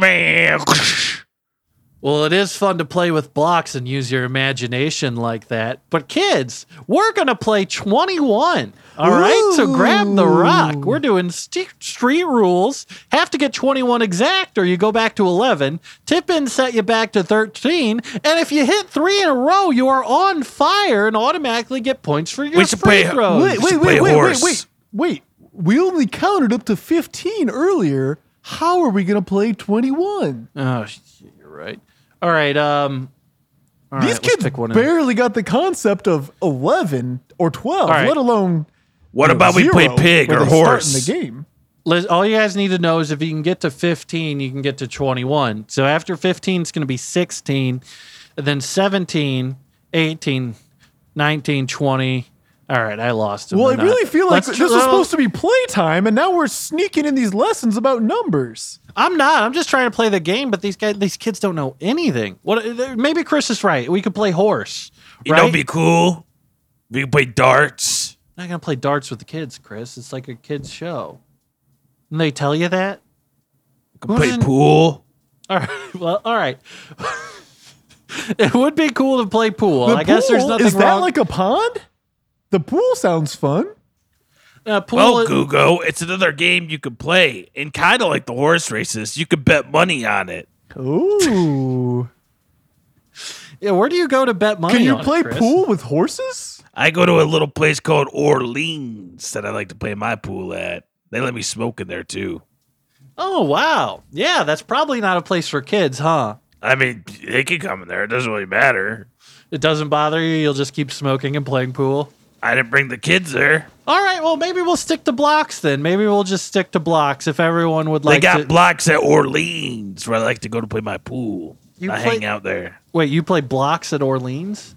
B: Well, it is fun to play with blocks and use your imagination like that. But kids, we're going to play 21. All right, So grab the rock. We're doing st- street rules. Have to get 21 exact or you go back to 11. Tip in set you back to 13. And if you hit three in a row, you are on fire and automatically get points for your
C: We should
B: free
C: play-
B: throws.
C: Wait, wait, wait, wait,
A: wait, wait, wait. We only counted up to 15 earlier. How are we going to play 21?
B: Oh, shit, you're right. All right. Um, all
A: These
B: right, let's
A: kids
B: pick one in.
A: barely got the concept of 11 or 12,
B: All right.
A: let alone
C: What
A: you know,
C: about we play
A: zero,
C: pig
A: where
C: or
A: they start
C: horse?
A: in the game.
B: Liz, all you guys need to know is if you can get to 15, you can get to 21. So after 15, it's going to be 16, and then 17, 18, 19, 20. All right, I lost.
A: Well, I really feel like this was supposed to be playtime, and now we're sneaking in these lessons about numbers.
B: I'm not. I'm just trying to play the game, but these guys, these kids don't know anything. What? uh, Maybe Chris is right. We could play horse.
C: You know,
B: right?
C: it'd be cool. We could play darts.
B: I'm not gonna play darts with the kids, Chris. It's like a kids show. And they tell you that.
C: We could play
B: Wasn't-
C: pool.
B: All right. [LAUGHS] Well, all right. it would be cool to play pool.
A: The
B: I guess there's
A: pool,
B: nothing
A: Is that
B: wrong.
A: like a pond? The pool sounds fun.
B: uh, pool
C: Well,
B: is-
C: Oh, Google, it's another game you could play, and kind of like the horse races, you could bet money on it.
A: Ooh.
B: yeah, where do you go to bet money?
A: Can you
B: on it,
A: play
B: Chris?
A: pool with horses?
C: I go to a little place called Orleans that I like to play my pool at. They let me smoke in there too.
B: Oh wow. Yeah, that's probably not a place for kids, huh?
C: I mean, they could come in there. It doesn't really matter.
B: It doesn't bother you. You'll just keep smoking and playing pool.
C: I didn't bring the kids there.
B: All right. Well, maybe we'll stick to blocks then. Maybe we'll just stick to blocks if everyone would
C: They
B: like
C: got
B: to.
C: blocks at Orleans where I like to go to play my pool.
B: You
C: I
B: play-
C: hang out there.
B: Wait, you play blocks at Orleans?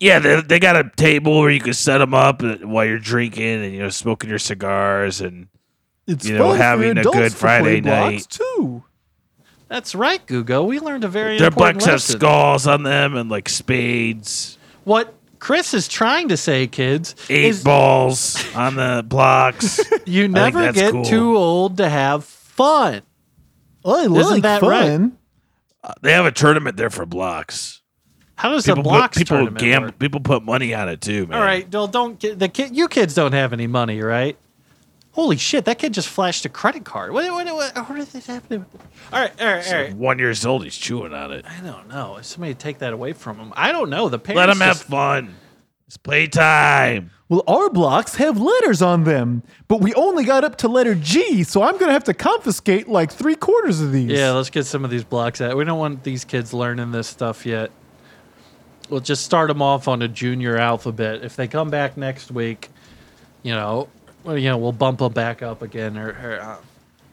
C: Yeah, they, they got a table where you can set them up uh, while you're drinking and you know smoking your cigars and
A: It's
C: You know,
A: fun for
C: having a
A: adults
C: good
A: to play
C: Friday
A: blocks,
C: night.
A: too.
B: That's right, Gugo. We learned a very
C: their
B: important
C: bucks have
B: lesson.
C: skulls on them and like spades,
B: What Chris is trying to say, kids,
C: eight
B: is
C: balls
B: [LAUGHS]
C: on the blocks.
B: you
C: think
B: never
C: that's
B: get
C: cool.
B: too old to have fun.
A: I like
B: that right?
A: fun.
C: they have a tournament there for blocks.
B: How does
C: People
B: the blocks
C: put, people
B: tournament
C: gamble.
B: work?
C: People put money on it too, man.
B: All right, well, don't get the kid. You kids don't have any money, right? Holy shit! That kid just flashed a credit card. What? What? What? what is this happening? All right, all right, all right.
C: One years old, he's chewing on it.
B: I don't know. If somebody take that away from him, I don't know. The parents
C: Let him have
B: just-
C: fun. It's playtime.
A: Well, our blocks have letters on them, but we only got up to letter G, so I'm going to have to confiscate like three quarters of these.
B: Yeah, let's get some of these blocks out. We don't want these kids learning this stuff yet. We'll just start them off on a junior alphabet. If they come back next week, you know, well, you know, we'll bump them back up again. Or, or uh,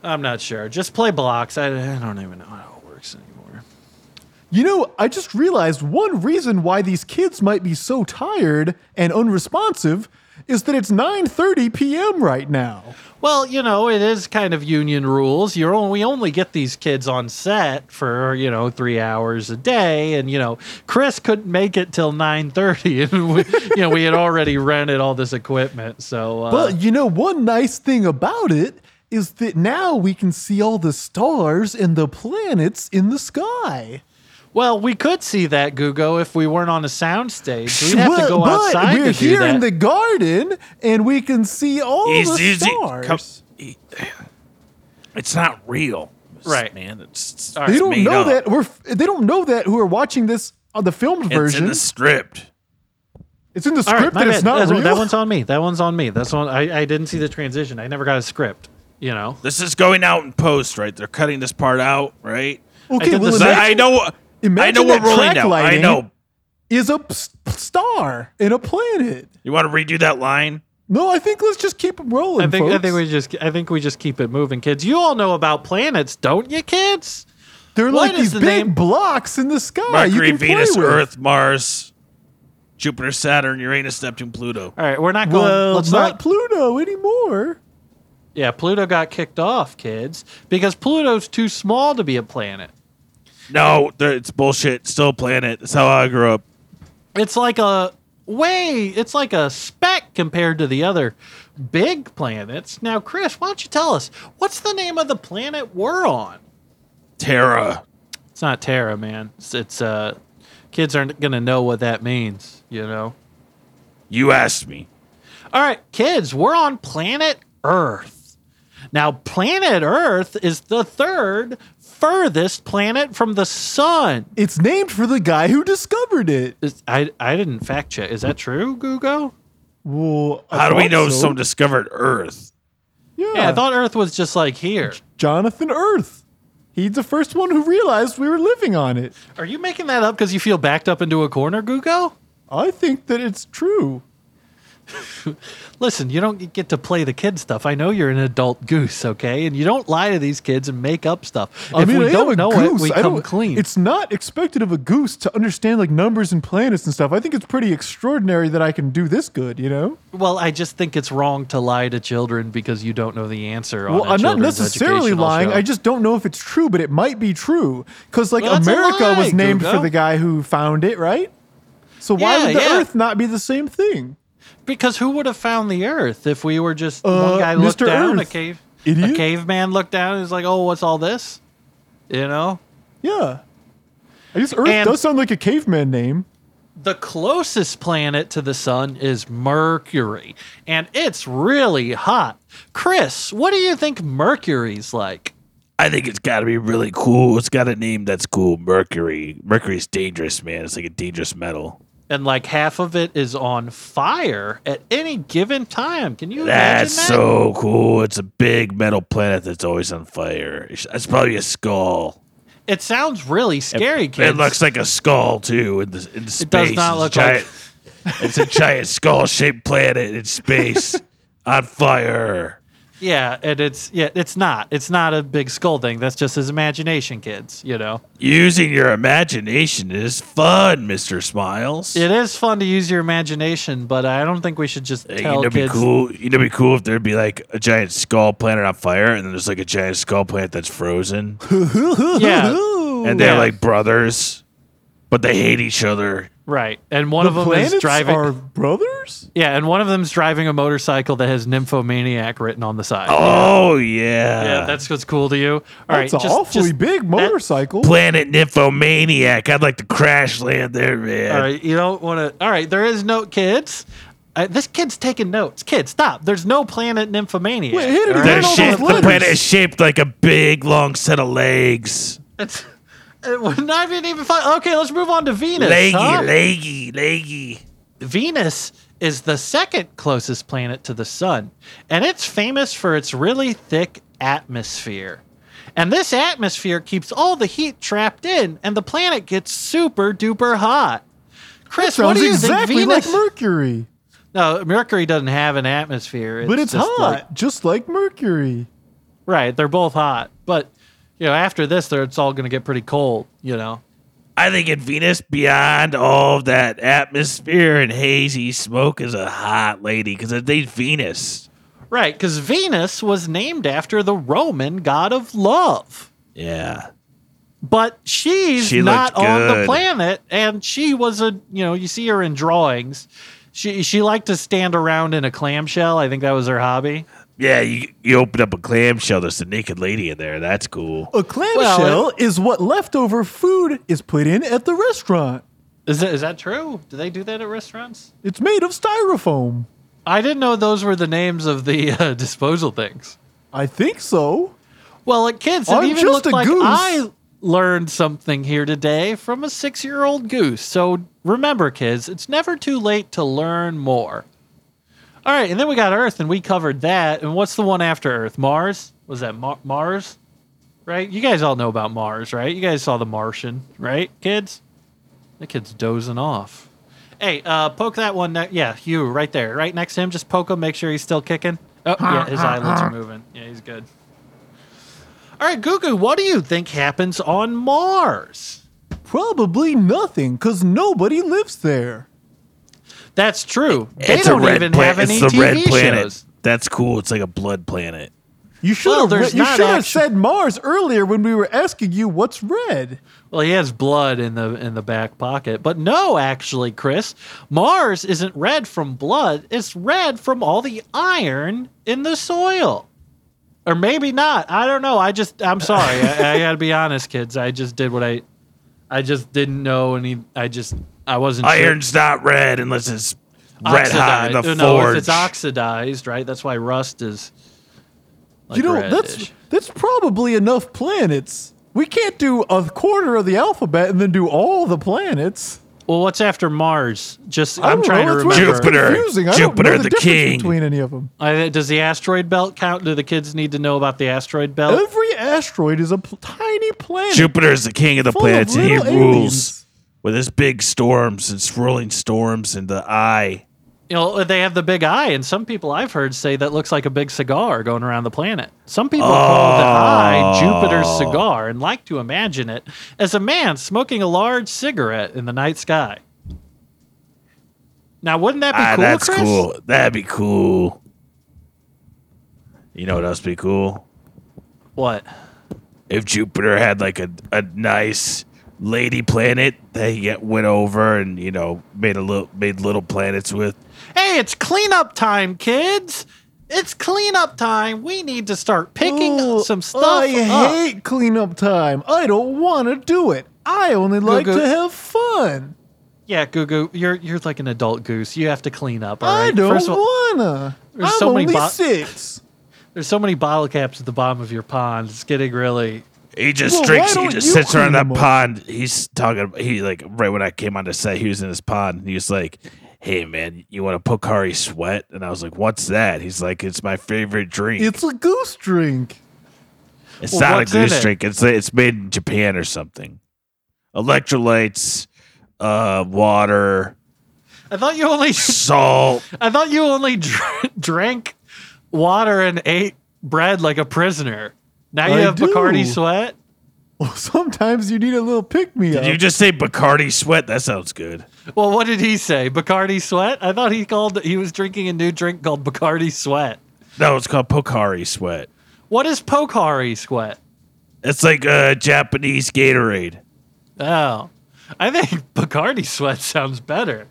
B: I'm not sure. Just play blocks. I, I don't even know how it works anymore.
A: You know, I just realized one reason why these kids might be so tired and unresponsive is that it's 9:30 p.m. right now.
B: Well, you know, it is kind of union rules. You're only, we only get these kids on set for you know three hours a day, and you know, Chris couldn't make it till nine thirty, [LAUGHS] and we, you know, we had already rented all this equipment. So, uh,
A: But you know, one nice thing about it is that now we can see all the stars and the planets in the sky.
B: well, we could see that Gugo if we weren't on a soundstage. We'd have to
A: Well,
B: go
A: but
B: outside
A: we're
B: to do
A: here
B: that.
A: in the garden and we can see all
C: He's-
A: the
C: he's- he-
A: stars.
C: come- he- it's not real, It's-
B: Right.
C: man? It's, it's
B: All right.
A: they
C: it's
A: don't
C: made
A: know
C: up.
A: that we're f- they don't know that who are watching this on the filmed
C: It's
A: version.
C: in the script.
A: it's in the
B: All right,
A: script
B: my
A: that it's
B: bad.
A: not
B: That's-
A: real.
B: That one's on me. That one's on me. That's one. I, I didn't see the transition. I never got a script. You know.
C: This is going out in post, right? They're cutting this part out, right?
A: okay,
B: did
A: well,
B: this-
C: So
A: imagine,
C: I know. I
A: imagine
C: know we're
A: that
C: rolling
A: track
C: now. I
A: lighting
C: know.
A: is a p- star and a planet.
C: You want to redo that line?
A: No, I think let's just keep 'em rolling.
B: I think I
A: folks.
B: think we just I think we just keep it moving, kids. You all know about planets, don't you, kids?
A: They're
B: what
A: like
B: is
A: these
B: the
A: big
B: name?
A: blocks in the sky. you
C: Mercury,
A: can play
C: Venus,
A: with.
C: Earth, Mars, Jupiter, Saturn, Uranus, Neptune, Pluto.
B: All right, we're not going.
A: Well,
B: let's
A: not
B: not.
A: Pluto anymore.
B: Yeah, Pluto got kicked off, kids, because Pluto's too small to be a planet.
C: No, there- it's bullshit. Still a planet. That's how I grew up.
B: It's like a way. It's like a speck compared to the other big planets. Now, Chris, why don't you tell us what's the name of the planet we're on?
C: Terra.
B: It's not Terra, man. It's, it's uh, kids aren't gonna know what that means, you know.
C: You asked me.
B: All right, kids, we're on planet Earth. Now, planet Earth is the third furthest planet from the sun.
A: It's named for the guy who discovered it.
B: Is- I, I didn't fact check. Is that true, Google?
A: Well, I
C: How do we
A: thought
C: know
A: so.
C: someone discovered Earth?
A: Yeah,
B: Yeah, I thought Earth was just like here.
A: Jonathan Earth. He's the first one who realized we were living on it.
B: Are you making that up because you feel backed up into a corner, Google?
A: I think that it's true.
B: Listen, you don't get to play the kid stuff. I know you're an adult goose, okay? And you don't lie to these kids and make up stuff.
A: I
B: if
A: mean,
B: we
A: I am a
B: don't know
A: goose.
B: it, we
A: I
B: come
A: don't-
B: clean.
A: It's not expected of a goose to understand like numbers and planets and stuff. I think it's pretty extraordinary that I can do this good. You know.
B: Well, I just think it's wrong to lie to children because you don't know the answer.
A: Well,
B: on a
A: I'm not
B: children's
A: necessarily
B: educational
A: lying.
B: show.
A: I just don't know if it's true, but it might be true. Because like
B: Well, that's a
A: America
B: lie,
A: was named for
B: Google.
A: the guy who found it, right? So why
B: Yeah,
A: would the
B: yeah.
A: Earth not be the same thing?
B: because who would have found the Earth if we were just
A: Uh,
B: one guy looked
A: Mr.
B: down
A: Earth,
B: a cave,
A: idiot.
B: a caveman looked down and was like, "Oh, what's all this?" You know.
A: Yeah. I guess Earth
B: And-
A: does sound like a caveman name.
B: the closest planet to the sun is Mercury, and it's really hot. Chris, what do you think Mercury's like?
C: I think it's got to be really cool. It's got a name that's cool. Mercury. Mercury's dangerous, man. It's like a dangerous metal.
B: And like half of it is on fire at any given time. Can you
C: That's
B: imagine that?
C: so cool. It's a big metal planet that's always on fire. It's- That's probably a skull.
B: it sounds really scary,
C: it,
B: kids.
C: It looks like a skull too in the in space.
B: does not look
C: it's a giant, It's a giant skull-shaped planet
B: [LAUGHS]
C: in space on fire.
B: yeah, and it's yeah, it's not. It's not a big skull thing. That's just his imagination, kids. You know,
C: Using your imagination is fun, Mister Smiles.
B: it is fun to use your imagination, but I don't think we should just
C: Uh,
B: tell
C: you know, be
B: kids
C: cool. You know, be cool if there'd be like a giant skull planet on fire, and then there's like a giant skull planet that's
B: [LAUGHS]
C: frozen,
B: [LAUGHS]
A: [LAUGHS]
B: Yeah.
C: and they're
B: Yeah.
C: like brothers, but they hate each other.
B: right. And one of
A: the
B: them
A: planets
B: is driving.
A: are brothers?
B: Yeah, and one of them's driving a motorcycle that has nymphomaniac written on the side.
C: Oh yeah,
B: Yeah, that's what's cool to you. All right,
A: That's an
B: just-
A: awfully
B: just
A: big motorcycle.
C: planet nymphomaniac. I'd like to crash land there, man.
B: That, all right, you don't want to. All right, there is no kids. Uh, this kid's taking notes. Kids, stop. There's no planet nymphomaniac.
A: Wait, hit it
B: all
A: again.
C: They're
A: Learn all
C: shaped,
A: those
C: the planet
A: letters.
C: is shaped like a big, long set of legs.
B: It's, it would uh, [LAUGHS] not even even fun. Okay, let's move on to Venus.
C: Leggy,
B: huh?
C: leggy, leggy.
B: Venus is the second closest planet to the sun, and it's famous for its really thick atmosphere. And this atmosphere keeps all the heat trapped in, and the planet gets super duper hot. Chris,
A: Sounds
B: what do you
A: exactly
B: think Venus?
A: like Mercury.
B: no, Mercury doesn't have an atmosphere,
A: But it's
B: just
A: hot,
B: like-
A: just like Mercury.
B: right? They're both hot, but you know, after this, they're, it's all going to get pretty cold. You know,
C: I think in Venus, beyond all that atmosphere and hazy smoke, is a hot lady because I think Venus.
B: right? Because Venus was named after the Roman god of love.
C: Yeah.
B: but she's
C: She
B: not
C: looked
B: on the
C: good.
B: planet and she was a you know you see her in drawings she she liked to stand around in a clamshell i think that was her hobby
C: Yeah, you, you open up a clamshell, there's a naked lady in there. That's cool.
B: Oh,
A: A clamshell is what leftover food is put in at the restaurant.
B: is that, is that true do they do that at restaurants
A: It's made of styrofoam.
B: i didn't know those were the names of the uh, [LAUGHS] disposal things
A: I think so.
B: well at kids it
A: I'm
B: even
A: just
B: looked
A: a
B: like
A: goose.
B: i learned something here today from a six-year-old goose so remember kids it's never too late to learn more All right, and then we got Earth, and we covered that. And what's the one after Earth? Mars? Was that Mar- Mars? Right? You guys all know about Mars, right? You guys saw The Martian, right, kids? The kid's dozing off. Hey, uh, poke that one. Ne- yeah, Hugh, right there, right next to him. Just poke him. Make sure he's still kicking. Oh, yeah, his eyelids are moving. Yeah, he's good. All right, Goo Goo, what do you think happens on Mars?
A: Probably nothing, because nobody lives there.
B: That's true. They
C: it's
B: don't
C: a red
B: even
C: planet.
B: have any
C: it's the
B: TV
C: red planet.
B: shows.
C: That's cool. It's like a blood planet.
A: You should
B: Well,
A: have
B: there's
A: you
B: not
A: should have
B: actu-
A: said Mars earlier when we were asking you what's red.
B: Well, he has blood in the in the back pocket. But no, actually, Chris, Mars isn't red from blood. It's red from all the iron in the soil. or maybe not. I don't know. I just I'm sorry. I, I got to be honest, kids. I just did what I I just didn't know, and he, I just I wasn't. sure.
C: Iron's not red unless it's red hot in the
B: Oxidized- Oh, No, if
C: forge.
B: it's oxidized, right? That's why rust is. Like
A: you know,
B: reddish.
A: that's that's probably enough planets. We can't do a quarter of the alphabet and then do all the planets.
B: well. What's after Mars? Just
A: I
B: I'm
A: don't
B: trying
A: know,
B: to
A: that's what-
B: remember.
A: that's
C: Jupiter.
A: confusing. I don't
C: Jupiter
A: know the,
C: the
A: difference
C: king.
A: between any of them.
B: I- does the asteroid belt count? Do the kids need to know about the asteroid belt?
A: Every asteroid is a pl- tiny planet.
C: Oh. Jupiter is the king of the
A: full of
C: planets, and he
A: little
C: rules
A: aliens.
C: with his big storms and swirling storms and the eye.
B: You know, they have the big eye, and some people I've heard say that looks like a big cigar going around the planet. Some people call the
C: Oh.
B: eye Jupiter's cigar and like to imagine it as a man smoking a large cigarette in the night sky. Now, wouldn't that be
C: ah,
B: cool,
C: that's
B: Chris?
C: cool. That'd be cool. You know what else would be cool?
B: What?
C: If Jupiter had like a, a nice lady planet that he get- went over and you know made a little made little planets with.
B: Hey, it's cleanup time, kids. It's cleanup time. We need to start picking
A: Oh,
B: some stuff
A: I
B: up.
A: hate cleanup time. I don't want to do it. I only like
B: Goo-goo.
A: to have fun.
B: yeah, Goo Goo, you're you're like an adult goose. You have to clean up. All
A: I
B: right.
A: don't
B: First of all,
A: wanna.
B: there's
A: I'm
B: so many
A: only
B: bo-
A: six.
B: there's so many bottle caps at the bottom of your pond. It's getting really.
C: He just
A: Well, why
C: drinks. He
A: don't
C: just
A: you
C: sits
A: clean
C: around that
A: them up?
C: pond. He's talking. He like right when I came on the set, he was in his pond. And he was like, "Hey man, you want a Pocari Sweat?" And I was like, "What's that?" He's like, "It's my favorite drink. It's,
A: It's a goose drink. [LAUGHS]
B: Well,
C: not a
B: what's in
C: goose
B: it?
C: drink. It's it's made in Japan or something. Electrolytes, uh, water,
B: I thought you only
C: salt.
B: I thought you only [LAUGHS] dr- drank water and ate bread like a prisoner. Now you
A: I
B: have Bacardi
A: do.
B: sweat.
A: Sometimes you need a little pick me up.
C: Did you just say Bacardi Sweat? That sounds good.
B: Well, what did he say? Bacardi sweat? I thought he called he was drinking a new drink called Bacardi sweat.
C: No, it's called Pocari Sweat.
B: What is Pocari sweat?
C: It's like a Japanese Gatorade.
B: Oh, I think [LAUGHS] Bacardi sweat sounds better.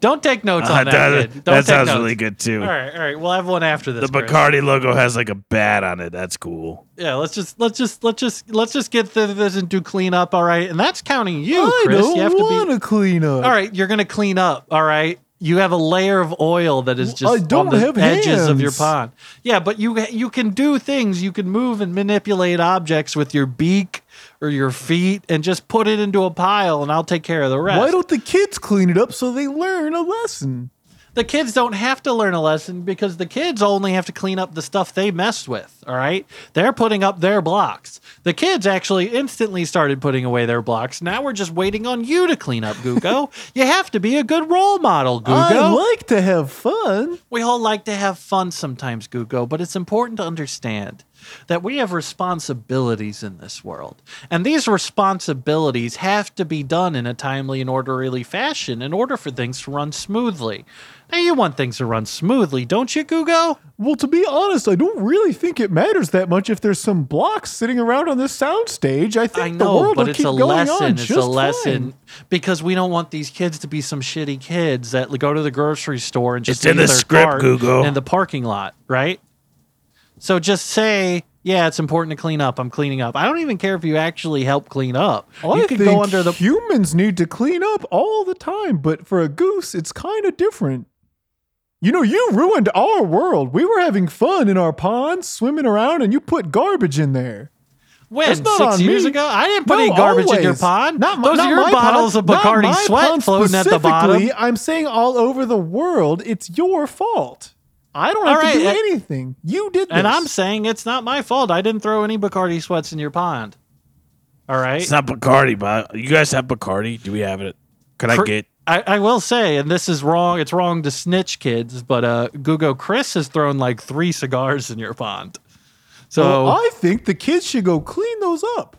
B: Don't take notes
C: [LAUGHS] Uh,
B: on that.
C: that
B: kid. Don't
C: that
B: take
C: sounds
B: notes.
C: really good too.
B: All right, all right. We'll have one after this.
C: The
B: Chris.
C: Bacardi logo has like a bat on it. That's cool.
B: Yeah, let's just let's just let's just let's just get through this and do cleanup. All right, and that's counting you,
A: I
B: Chris.
A: don't
B: you have to
A: want
B: be.
A: to clean up.
B: All right, you're gonna clean up. All right. You have a layer of oil that is just
A: I don't
B: on the
A: have
B: edges of your
A: hands.
B: pond. Yeah, but you you can do things. You can move and manipulate objects with your beak or your feet, and just put it into a pile, and I'll take care of the rest.
A: Why don't the kids clean it up so they learn a lesson?
B: the kids don't have to learn a lesson because the kids only have to clean up the stuff they messed with. All right. They're putting up their blocks. The kids actually instantly started putting away their blocks. Now we're just waiting on you to clean up, Gugo. you have to be a good role model,
A: I
B: Gugo.
A: like to have fun.
B: we all like to have fun sometimes, Gugo, but it's important to understand that we have responsibilities in this world. And these responsibilities have to be done in a timely and orderly fashion in order for things to run smoothly. Now, you want things to run smoothly, don't you, Gugo?
A: Well, to be honest, I don't really think it matters that much if there's some blocks sitting around on this soundstage. I think
B: I
A: the
B: know,
A: world
B: but
A: will
B: it's
A: keep
B: a
A: going on
B: lesson. It's a
A: just
B: lesson
A: fine.
B: because we don't want these kids to be some shitty kids that go to the grocery store and just
C: It's in
B: leave
C: the
B: their
C: script,
B: cart
C: Google.
B: in the parking lot, right? So just say, yeah, it's important to clean up. I'm cleaning up. I don't even care if you actually help clean up.
A: Oh, I
B: you
A: think
B: could go under the
A: humans need to clean up all the time, but for a goose, it's kind of different. You know, you ruined our world. We were having fun in our ponds, swimming around, and you put garbage in there.
B: when
A: That's not
B: six
A: on
B: years
A: me.
B: ago. I didn't put
A: No,
B: any garbage in your
A: always.
B: pond.
A: Not my,
B: Those
A: not
B: are your
A: my
B: bottles
A: pond,
B: of
A: not
B: Bacardi
A: my
B: sweat
A: pond
B: floating at the bottom.
A: specifically. I'm saying all over the world, it's your fault. I don't have
B: All
A: to do
B: right, and-
A: anything. You did this.
B: And I'm saying it's not my fault. I didn't throw any Bacardi sweats in your pond. All right.
C: It's not Bacardi, but you guys have Bacardi. Do we have it? Can I
B: Cr-
C: get?
B: I, I will say, and this is wrong. It's wrong to snitch kids, but uh, Gugo Chris has thrown like three cigars in your pond. So
A: Well, I think the kids should go clean those up.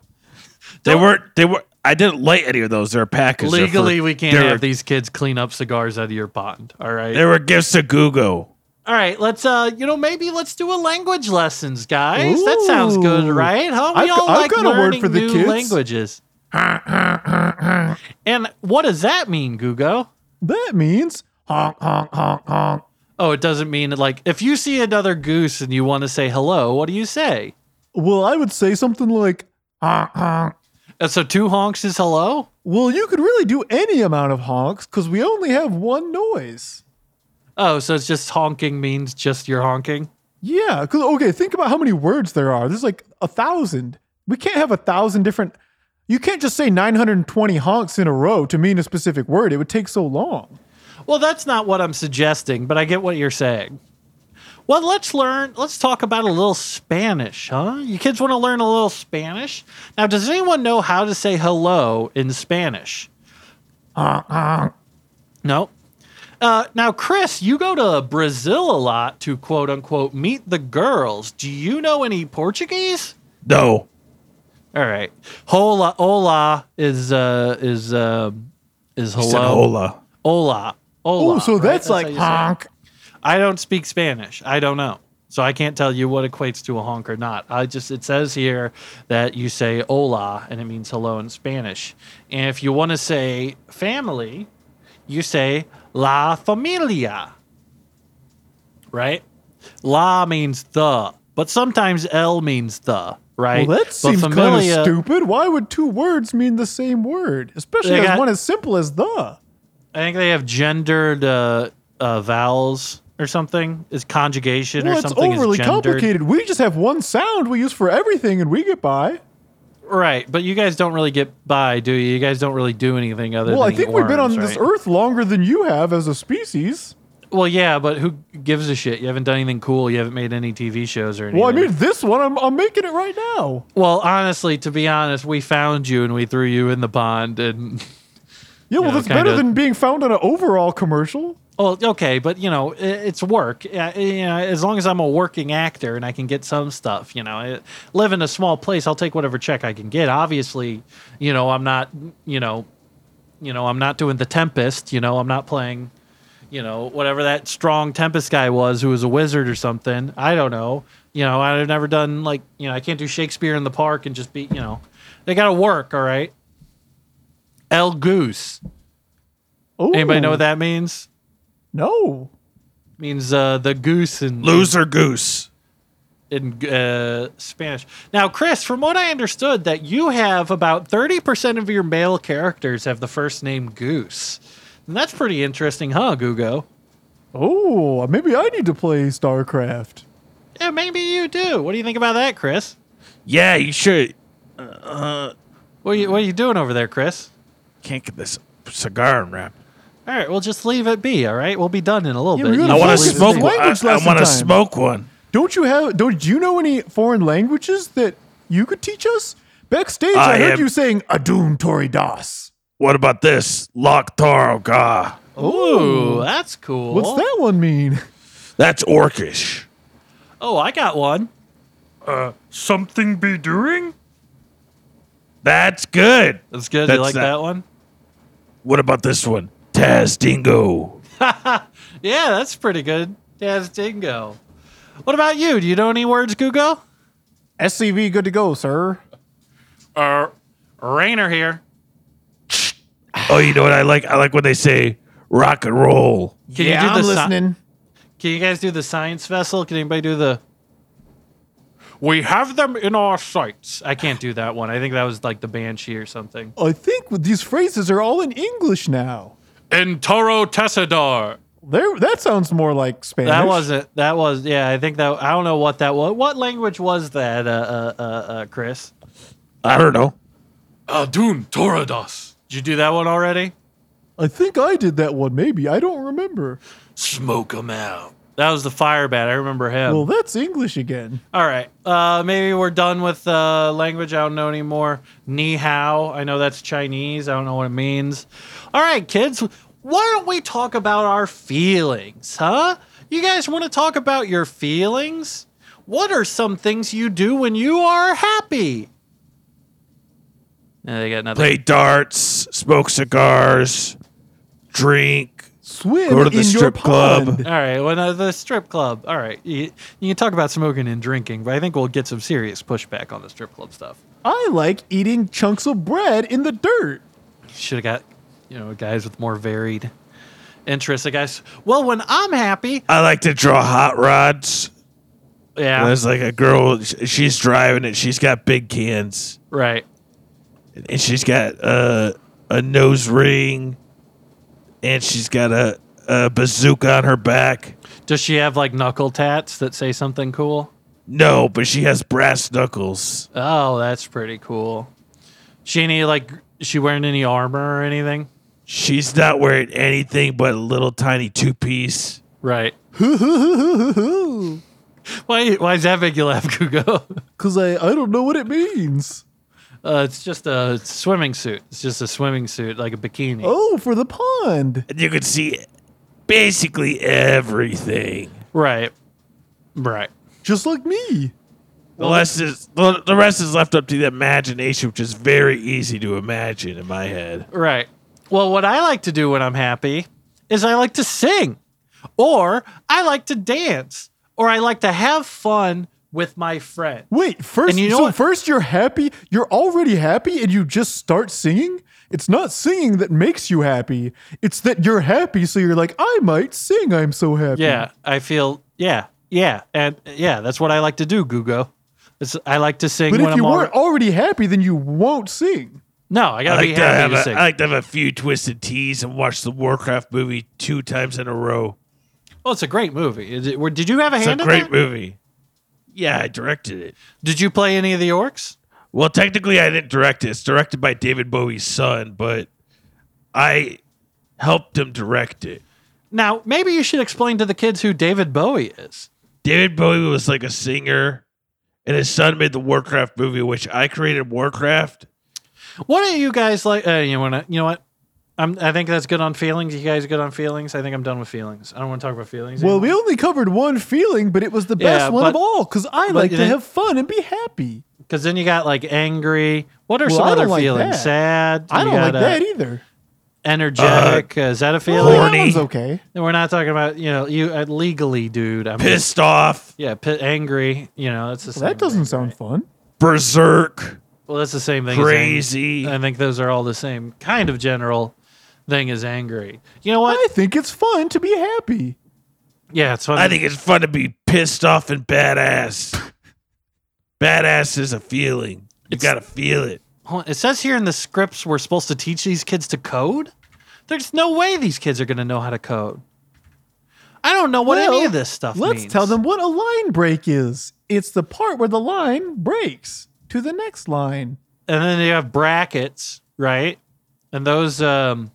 C: They
B: don't-
C: weren't. They were. I didn't light any of those. They're packaged They're for-
B: legally, we can't
C: they were-
B: have these kids clean up cigars out of your pond. All right.
C: They were gifts to Google.
B: All right. Let's uh, you know, maybe let's do a language lessons, guys. That sounds good,
A: Ooh.
B: right? Huh? We
A: I've
B: all
A: got- I've
B: like
A: got a word
B: learning
A: for the
B: new
A: kids.
B: languages. and what does that mean, Gugo?
A: That means honk, honk, honk, honk.
B: Oh, it doesn't mean like if you see another goose and you want to say hello, what do you say?
A: Well, I would say something like, honk, honk.
B: And Uh, so two honks is hello?
A: Well, you could really do any amount of honks because we only have one noise.
B: Oh, so it's just honking means just you're honking?
A: Yeah. 'cause- okay, think about how many words there are. There's like a thousand. We can't have a thousand different. You can't just say 920 honks in a row to mean a specific word. It would take so long.
B: Well, that's not what I'm suggesting, but I get what you're saying. Well, let's learn. Let's talk about a little Spanish, huh? You kids want to learn a little Spanish? Now, does anyone know how to say hello in Spanish? No. Uh, now, Chris, you go to Brazil a lot to quote unquote meet the girls. Do you know any Portuguese?
C: No.
B: All right. Hola, hola is uh, is um is
C: He said
B: hello.
C: hola.
B: Hola, hola.
A: Oh, so
B: right?
A: that's,
B: how
A: like
B: you say it.
A: honk.
B: I don't speak Spanish. I don't know. So I can't tell you what equates to a honk or not. I just it says here that you say hola and it means hello in Spanish. And if you want to say family, you say la familia. Right? La means the, but sometimes L means the, right?
A: Well, that
B: But
A: seems kind
B: familia-
A: of stupid. Why would two words mean the same word, especially
B: They
A: as
B: got-
A: one as simple as the?
B: I think they have gendered uh, uh, vowels or something. Is conjugation
A: Well,
B: or
A: it's
B: something is
A: overly
B: gendered.
A: complicated. We just have one sound we use for everything, and we get by.
B: Right, but you guys don't really get by, do you? You guys don't really do anything other.
A: Well,
B: than
A: I think
B: eat
A: we've been on
B: worms,
A: this
B: right?
A: earth longer than you have as a species.
B: Well, yeah, but who gives a shit? You haven't done anything cool. You haven't made any TV shows or anything.
A: Well, I mean, this one, I'm, I'm making it right now.
B: well, honestly, to be honest, we found you and we threw you in the pond. And
A: Yeah, well,
B: know,
A: that's better
B: kinda-
A: than being found on an overall commercial.
B: well, okay, but you know, i it's work. Uh, you know, as long as I'm a working actor and I can get some stuff, you know, I live in a small place. I'll take whatever check I can get. Obviously, you know, I'm not, you know, you know, I'm not doing the Tempest. You know, I'm not playing you know, whatever that strong Tempest guy was who was a wizard or something. I don't know. You know, I've never done like, you know, I can't do Shakespeare in the park and just be, you know, they got to work, all right? El Goose.
A: Oh,
B: Anybody know what that means?
A: No.
B: means uh, the goose in,
C: Loser goose.
B: in uh, Spanish. Now, Chris, from what I understood, that you have about 30% of your male characters have the first name Goose. And that's pretty interesting, huh, Gugo?
A: Oh, maybe I need to play StarCraft.
B: Yeah, maybe you do. What do you think about that, Chris?
C: Yeah, you should.
B: What are you, what are you doing over there, Chris?
C: Can't get this cigar unwrapped.
B: All right, we'll just leave it be. All right, we'll be done in a little
A: Yeah,
B: bit.
A: we gotta
C: I want
A: Well,
C: to
A: it's
C: smoke
A: the
C: one. I,
A: language lesson
C: want to
A: time.
C: smoke one.
A: Don't you have? Don't you know any foreign languages that you could teach us? Backstage, I,
C: I
A: heard
C: am-
A: you saying "Adun Tori Das."
C: What about this? Lock oh Taro Ga.
B: Ooh, that's cool.
A: What's that one mean?
C: That's orcish.
B: Oh, I got one.
C: Something be doing? That's good.
B: That's good.
C: That's
B: you like
C: that-
B: that. one?
C: What about this one? Taz Dingo.
B: Yeah, that's pretty good. That's dingo. What about you? Do you know any words, Gugo?
A: SCV, good to go, sir.
B: Uh, Rainer here.
C: Oh, you know what I like? I like when they say rock and roll.
B: Can
A: yeah,
B: you do
A: I'm
B: the sci-
A: listening.
B: Can you guys do the science vessel? Can anybody do the? We have them in our sights. I can't do that one. I think that was like the banshee or something.
A: I think these phrases are all in English now.
B: In Toro Tessador.
A: There, that sounds more like Spanish.
B: That wasn't. That was. Yeah, I think that. I don't know what that was. What language was that, uh, uh, uh, uh, Chris?
C: I don't know.
B: Adun Torados. Did you do that one already?
A: I think I did that one. Maybe I don't remember.
B: Smoke them out. That was the fire bat. I remember him.
A: Well, that's English again.
B: All right. Uh, maybe we're done with uh, language. I don't know anymore. Ni hao. I know that's Chinese. I don't know what it means. All right, kids. Why don't we talk about our feelings, huh? You guys want to talk about your feelings? What are some things you do when you are happy? Yeah, they got nothing.
C: Play darts, smoke cigars, drink.
A: Swim
C: Go to the
A: in your
C: strip club.
A: pond.
B: All right. Well, no, the strip club. All right. You, you can talk about smoking and drinking, but I think we'll get some serious pushback on the strip club stuff.
A: I like eating chunks of bread in the dirt. [LAUGHS]
B: should have got you know guys with more varied interest. The guy's, well, when I'm happy,
C: I like to draw hot rods.
B: yeah,
C: There's like a girl, sh- she's driving and she's got big cans
B: right.
C: and she's got uh, a nose ring and she's got a, a bazooka on her back.
B: Does she have like knuckle tats that say something cool?
C: No, but she has brass knuckles.
B: Oh, that's pretty cool. She any like she wearing any armor or anything?
C: She's not wearing anything but a little tiny two piece.
B: Right. why why does that make you laugh, [LAUGHS] Gugo?
A: Cause I, I don't know what it means.
B: Uh, it's just a swimming suit. It's just a swimming suit, like a bikini.
A: Oh, for the pond.
C: And you can see basically everything.
B: Right. Right.
A: Just like me.
C: The rest is the the rest is left up to the imagination, which is very easy to imagine in my head.
B: Right. Well, what I like to do when I'm happy is I like to sing, or I like to dance, or I like to have fun with my friend.
A: Wait, first
B: And you know
A: so
B: what-
A: first you're happy, you're already happy and you just start singing? It's not singing that makes you happy. It's that you're happy so you're like, I might sing, I'm so happy.
B: Yeah, I feel. Yeah, yeah, and yeah, that's what I like to do, Gugo. It's, I like to sing
A: But
B: when
A: if you
B: I'm all.
A: weren't already happy, then you won't sing.
B: no, I
C: I
B: gotta
C: like,
B: be
C: to have
B: happy to
C: a,
B: sing.
C: I like to have a few twisted teas and watch the Warcraft movie two times in a row.
B: oh, it's a great movie. Is it- were- did you have a
C: It's a
B: hand in
C: great
B: that?
C: movie. Yeah, I directed it.
B: Did you play any of the orcs?
C: Well, technically, I didn't direct it. It's directed by David Bowie's son, but I helped him direct it.
B: Now, maybe you should explain to the kids who David Bowie is.
C: David Bowie was like a singer, and his son made the Warcraft movie, which I created Warcraft.
B: What are you guys like? Uh, you want to? You know what? I'm, I think that's good on feelings. You guys good on feelings? I think I'm done with feelings. I don't want to talk about feelings.
A: Well,
B: anymore.
A: we only covered one feeling, but it was the best
B: Yeah,
A: one of
B: but-
A: all because I
B: but
A: like
B: you
A: to
B: didn't-
A: have fun and be happy.
B: Because then you got like angry. What are
A: Well,
B: some
A: I
B: other
A: don't like
B: feelings?
A: that.
B: Sad.
A: I
B: You
A: don't like
B: got, uh,
A: that e- either.
B: Energetic. Uh, is that a feeling?
A: Well, that
C: horny.
A: one's okay.
B: And We're not talking about you know you uh, legally, dude. I'm
C: Pissed off,
B: Yeah, pi angry. You know that's the same.
A: Well, that doesn't
B: Thing.
A: sound fun.
C: berserk,
B: Well, that's the same thing. as ang-
C: crazy.
B: I think those are all the same kind of general thing as angry. You know what?
A: I think it's fun to be happy.
B: yeah, it's funny.
C: I think it's fun to be pissed off and badass. badass is a feeling. You gotta feel it.
B: Hold on, It says here in the scripts we're supposed to teach these kids to code. There's no way these kids are going to know how to code. I don't know what any
A: Well,
B: of this stuff
A: Let's
B: means.
A: tell them what a line break is. It's the part where the line breaks to the next line.
B: And then you have brackets, right? And those um,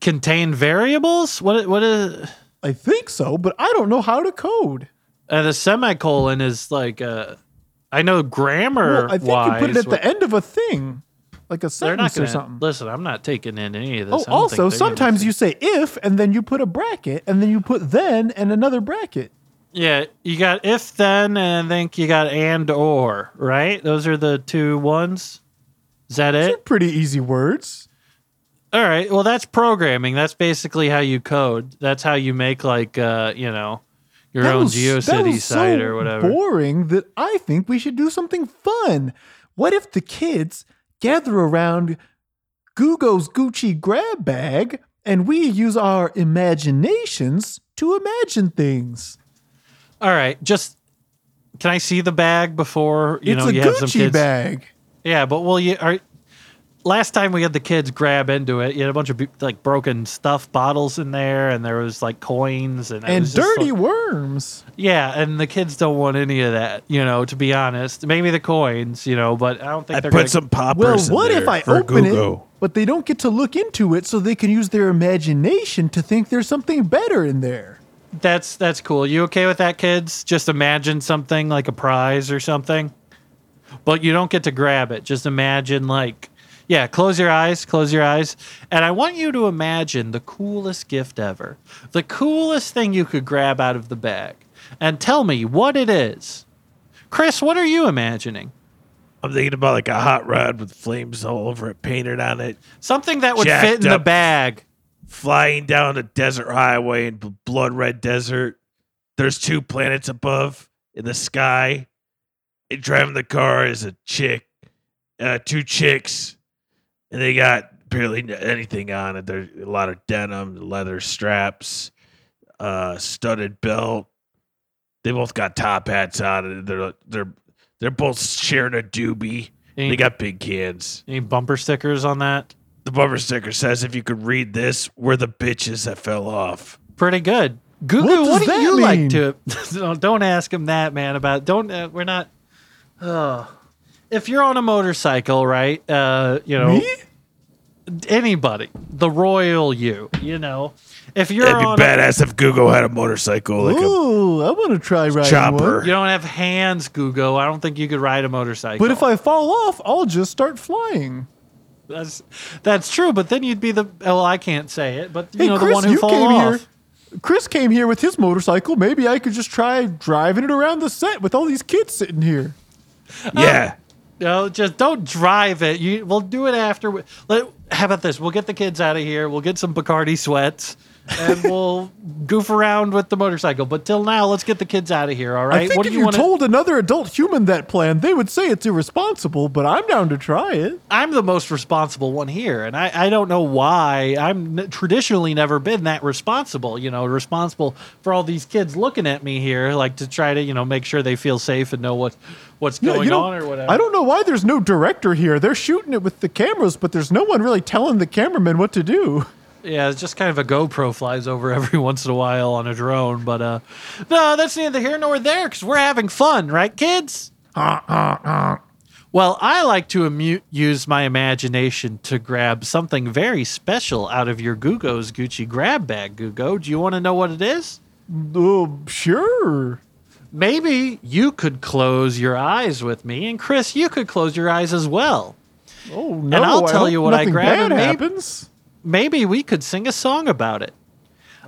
B: contain variables. What? What is?
A: I think so, but I don't know how to code.
B: And uh, the semicolon is like uh, I know grammar.
A: Well, I think you put it at the end of a thing, like a
B: They're not
A: sentence
B: gonna,
A: or something.
B: Listen, I'm not taking in any of this.
A: Oh, also, sometimes you say if, and then you put a bracket, and then you put then and another bracket.
B: Yeah, you got if then, and I think you got and or, right? Those are the two ones. Is that
A: Those are
B: it?
A: pretty easy words.
B: All right. Well, that's programming. That's basically how you code. That's how you make like uh, you know, your
A: That
B: own
A: was- that
B: GeoCity
A: was so
B: site or whatever.
A: Boring that I think we should do something fun. What if the kids gather around Google's Gucci grab bag and we use our imaginations to imagine things?
B: All right. Just can I see the bag before you
A: it's
B: know
A: a
B: you have some
A: Gucci
B: kids?
A: bag.
B: Yeah, but well, you are. Last time we had the kids grab into it, you had a bunch of like broken stuff bottles in there, and there was like coins and it
A: And
B: was just, like-
A: dirty worms.
B: Yeah, and the kids don't want any of that, you know, to be honest. Maybe the coins, you know, but I don't think
C: I
B: they're
C: put
B: gonna,
C: some poppers.
A: Well,
C: in
A: what
C: there
A: if I
C: for
A: open
C: Gugu.
A: it, but they don't get to look into it, so they can use their imagination to think there's something better in there?
B: That's that's cool. You okay with that, kids? Just imagine something like a prize or something. But you don't get to grab it. Just imagine like yeah, close your eyes, close your eyes. And I want you to imagine the coolest gift ever. The coolest thing you could grab out of the bag. And tell me what it is. Chris, what are you imagining?
C: I'm thinking about like a hot rod with flames all over it, painted on it,
B: Something that would fit
C: Jacked
B: in the
C: up.
B: bag.
C: flying down a desert highway in bl- blood red desert. There's two planets above in the sky. And driving the car is a chick, uh, two chicks, and they got barely anything on it. There's a lot of denim, leather straps, uh, studded belt. They both got top hats on. They're they're they're both sharing a doobie. They
B: Any,
C: got big cans.
B: any bumper stickers on that?
C: The bumper sticker says, "If you could read this, we're the bitches that fell off."
B: Pretty good. Goo
A: What
B: Goo,
A: does
B: what do
A: that
B: you like
A: mean?
B: to? [LAUGHS] don't, don't ask him that, man. About don't. Uh, we're not. Uh, if you're on a motorcycle, right? Uh, you know
A: Me?
B: anybody, the royal you. You know, if you're
C: That'd be
B: on, a-
C: badass if Google had a motorcycle like a
A: Ooh, I want to try riding
C: chopper.
A: one.
B: you don't have hands, Goo Goo. I don't think you could ride a motorcycle.
A: But if I fall off, I'll just start flying.
B: That's that's true, but then you'd be the well, I can't say it, but you
A: Hey,
B: know the
A: Chris,
B: one who
A: you
B: fall
A: came
B: off.
A: here. Chris came here with his motorcycle. Maybe I could just try driving it around the set with all these kids sitting here.
B: Uh,
C: Yeah.
B: No, just don't drive it. You we'll do it after. We, let, how about this? We'll get the kids out of here. We'll get some Bacardi sweats,
A: [LAUGHS]
B: and we'll goof around with the motorcycle. But till now, let's get the kids out of here. All
A: I
B: right?
A: think
B: What
A: if
B: do
A: you,
B: you want? to
A: told another adult human that plan, they would say it's irresponsible, but I'm down to try it.
B: I'm the most responsible one here, and I, I don't know why. I'm n- traditionally never been that responsible, you know, responsible for all these kids looking at me here, like to try to, you know, make sure they feel safe and know what, what's
A: Yeah,
B: going
A: you don't-
B: on or whatever.
A: I don't know why there's no director here. They're shooting it with the cameras, but there's no one really telling the cameraman what to do.
B: Yeah, it's just kind of a GoPro flies over every [LAUGHS] once in a while on a drone, but uh, no, that's neither here nor there because we're having fun, right, kids? well, I like to amu- use my imagination to grab something very special out of your Gugo's Gucci grab bag. Gugo, do you want to know what it is?
A: Oh, sure.
B: Maybe you could close your eyes with me, and Chris, you could close your eyes as well.
A: Oh no!
B: I'll
A: I
B: tell
A: hope
B: you what I
A: nothing
B: grabbed,
A: Bad
B: and maybe-
A: happens. [GASPS]
B: maybe we could sing a song about it.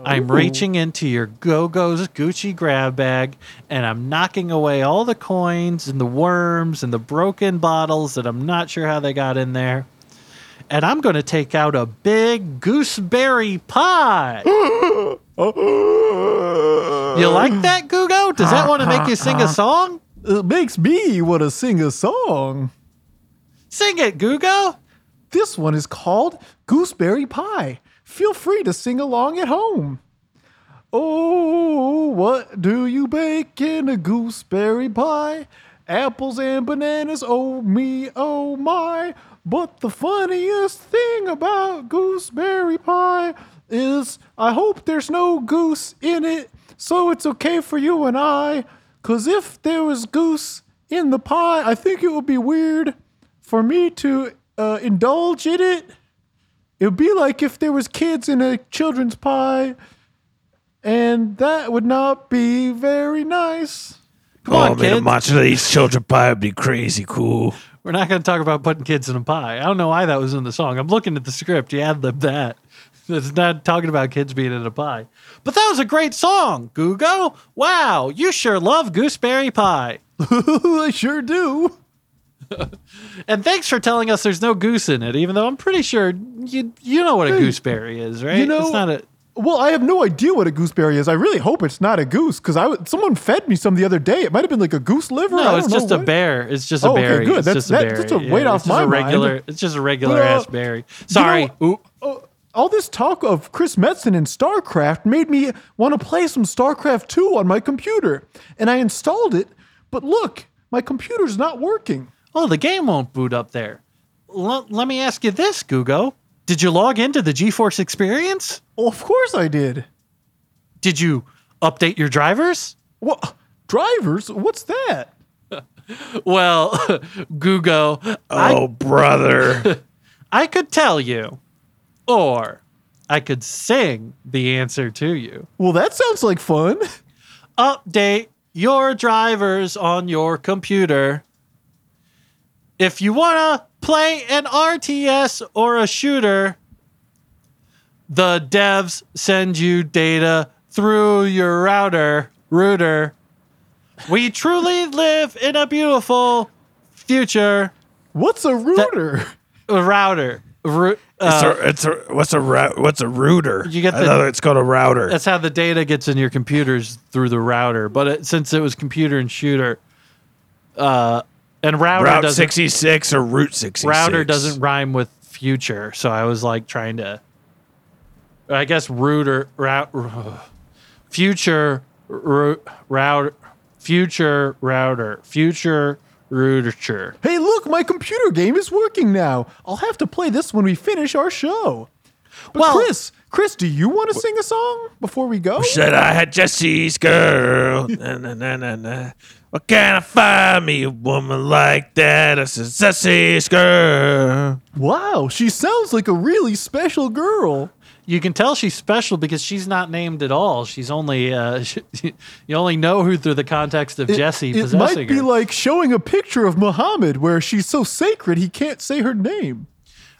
B: I'm
A: Ooh.
B: reaching into your Go Go's Gucci grab bag and I'm knocking away all the coins and the worms and the broken bottles that I'm not sure how they got in there. And I'm going to take out a big gooseberry pie.
A: Oh,
B: you like that, Gugo? Does that want to make you sing a song?
A: It makes me want to sing a song.
B: Sing it, Gugo.
A: This one is called Gooseberry Pie. Feel free to sing along at home. Oh, what do you bake in a gooseberry pie? Apples and bananas, oh me, oh my. But the funniest thing about gooseberry pie is I hope there's no goose in it, so it's okay for you and I. Cause if there was goose in the pie, I think it would be weird for me to uh, indulge in it. It would be like if there was kids in a children's pie, and that would not be very nice. [LAUGHS]
B: Come
C: oh
B: on,
C: man, a
B: kids.
C: matcha that eats children pie would be crazy cool.
B: We're not going to talk about putting kids in a pie. I don't know why that was in the song. I'm looking at the script. You ad lib that. It's not talking about kids being in a pie. But that was a great song, Googo. Wow, you sure love gooseberry pie.
A: I sure do.
B: And thanks for telling us there's no goose in it, even though I'm pretty sure you you know what a gooseberry is, right?
A: you know-
B: it's not a
A: Well, I have no idea what a gooseberry is. I really hope it's not a goose because I w- someone fed me some the other day. It might have been like a goose liver. I
B: no,
A: don't
B: it's
A: know
B: just a
A: what.
B: bear. It's just a
A: Oh, okay,
B: berry.
A: good.
B: It's
A: That's-
B: just a
A: that-
B: berry.
A: that's a weight off
B: it's
A: my
B: just a
A: mind.
B: regular, It's just a regular
A: But, uh,
B: ass berry. Sorry. Oop.
A: Oh, all this talk of Chris Metzen and StarCraft made me want to play some StarCraft 2 on my computer. And I installed it, but look, my computer's not working.
B: Oh, the game won't boot up there. L- let me ask you this, Googo. Did you log into the GeForce experience?
A: Well, Oh, of course I did.
B: Did you update your drivers?
A: What? Drivers? What's that?
B: Well, Googo, [LAUGHS]
C: Oh brother.
B: I could tell you, or I could sing the answer to you.
A: Well, that sounds like fun. [LAUGHS]
B: Update your drivers on your computer. If you want to play an RTS or a shooter, the devs send you data through your router, router. We truly live in a beautiful future
A: What's a router?
B: uh, router. Ru-
C: it's,
B: uh,
C: a, it's a what's a rou- what's a router?
B: You get the-
C: Another, it's called a router.
B: that's how the data gets in your computers through the router. But it, since it was computer and shooter, uh, and router
C: Route
B: doesn't
C: sixty six or Route sixty six.
B: router doesn't rhyme with future. So I was like trying to, I guess, root or route, future route, route, future router, future router.
A: Hey, look, my computer game is working now. I'll have to play this when we finish our show. But
B: Well-
A: Chris, Chris, do you want to sing a song before we go?
C: Said I had Jesse's girl. na, na, na, na, na. Why can't I find me a woman like that? I said Jesse's girl.
A: Wow, she sounds like a really special girl.
B: You can tell she's special because she's not named at all. She's only uh, [LAUGHS] you only know her through the context of
A: It-
B: Jesse
A: It
B: possessing
A: might be
B: her.
A: like showing a picture of Muhammad where she's so sacred he can't say her name.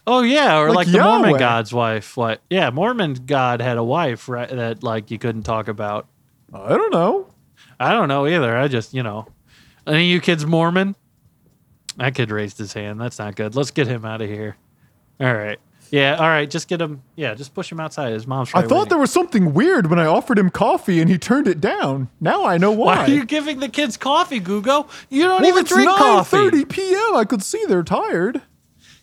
B: Oh yeah, or
A: Like
B: like, the Mormon
A: Yahweh.
B: God's wife. Like yeah, Mormon God had a wife right, that like you couldn't talk about.
A: I don't know.
B: I don't know either. I just you know, any of you kids Mormon? That kid raised his hand. That's not good. Let's get him out of here. All right. Yeah. All right. Just get him. Yeah. Just push him outside. His mom's.
A: I
B: Right
A: thought there was something weird when I offered him coffee and he turned it down. Now I know why.
B: Why are you giving the kids coffee, Gugo? You don't
A: well,
B: even
A: it's
B: drink coffee.
A: 9:30 p.m. I could see they're tired.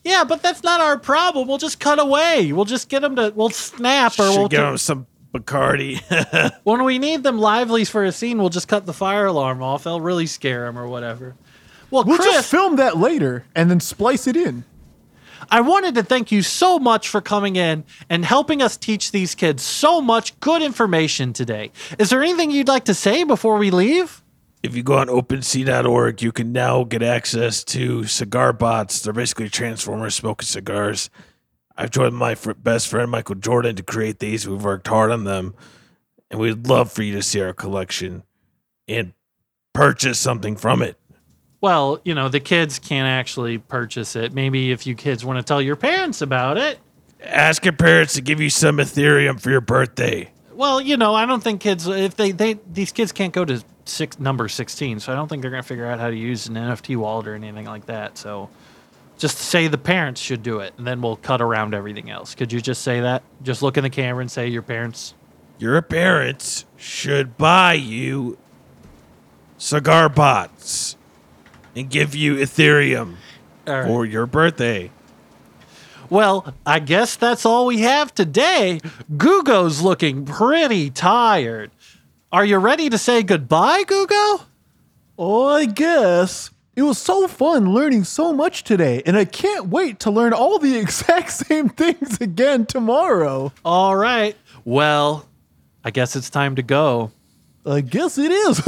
B: Yeah, but that's not our problem. We'll just cut away. We'll just get them to. We'll snap or we'll.
C: Should give
B: do-
C: him some Bacardi. [LAUGHS]
B: when we need them livelies for a scene, we'll just cut the fire alarm off. They'll really scare them or whatever. Well,
A: We'll
B: Chris,
A: just film that later and then splice it in.
B: I wanted to thank you so much for coming in and helping us teach these kids so much good information today. Is there anything you'd like to say before we leave?
C: If you go on OpenSea.org, you can now get access to cigar bots. They're basically transformers smoking cigars. I've joined my fr- best friend Michael Jordan to create these. We've worked hard on them, and we'd love for you to see our collection and purchase something from it.
B: Well, you know, the kids can't actually purchase it. Maybe if you kids want to tell your parents about it.
C: Ask your parents to give you some Ethereum for your birthday.
B: Well, you know, I don't think kids if they they these kids can't go to six number 16, so I don't think they're going to figure out how to use an NFT wallet or anything like that. So just say the parents should do it and then we'll cut around everything else. Could you just say that? Just look in the camera and say your parents
C: Your parents should buy you cigar bots and give you Ethereum
B: All right.
C: for your birthday.
B: Well, I guess that's all we have today. Gugo's looking pretty tired. Are you ready to say goodbye, Gugo?
A: Oh, I guess. It was so fun learning so much today, and I can't wait to learn all the [LAUGHS] exact same things again tomorrow.
B: All right. Well, I guess it's time to go.
A: I guess it is.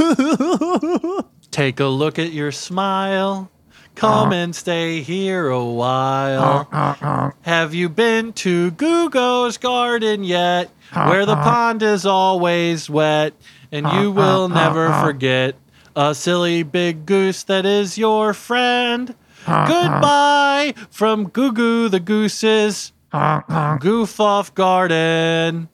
A: [LAUGHS]
B: Take a look at your smile. Come and stay here a while. Have you been to Gugo's garden yet? Where the pond is always wet, and you will never forget a silly big goose that is your friend. Goodbye from Gugu the Goose's Goof Off Garden.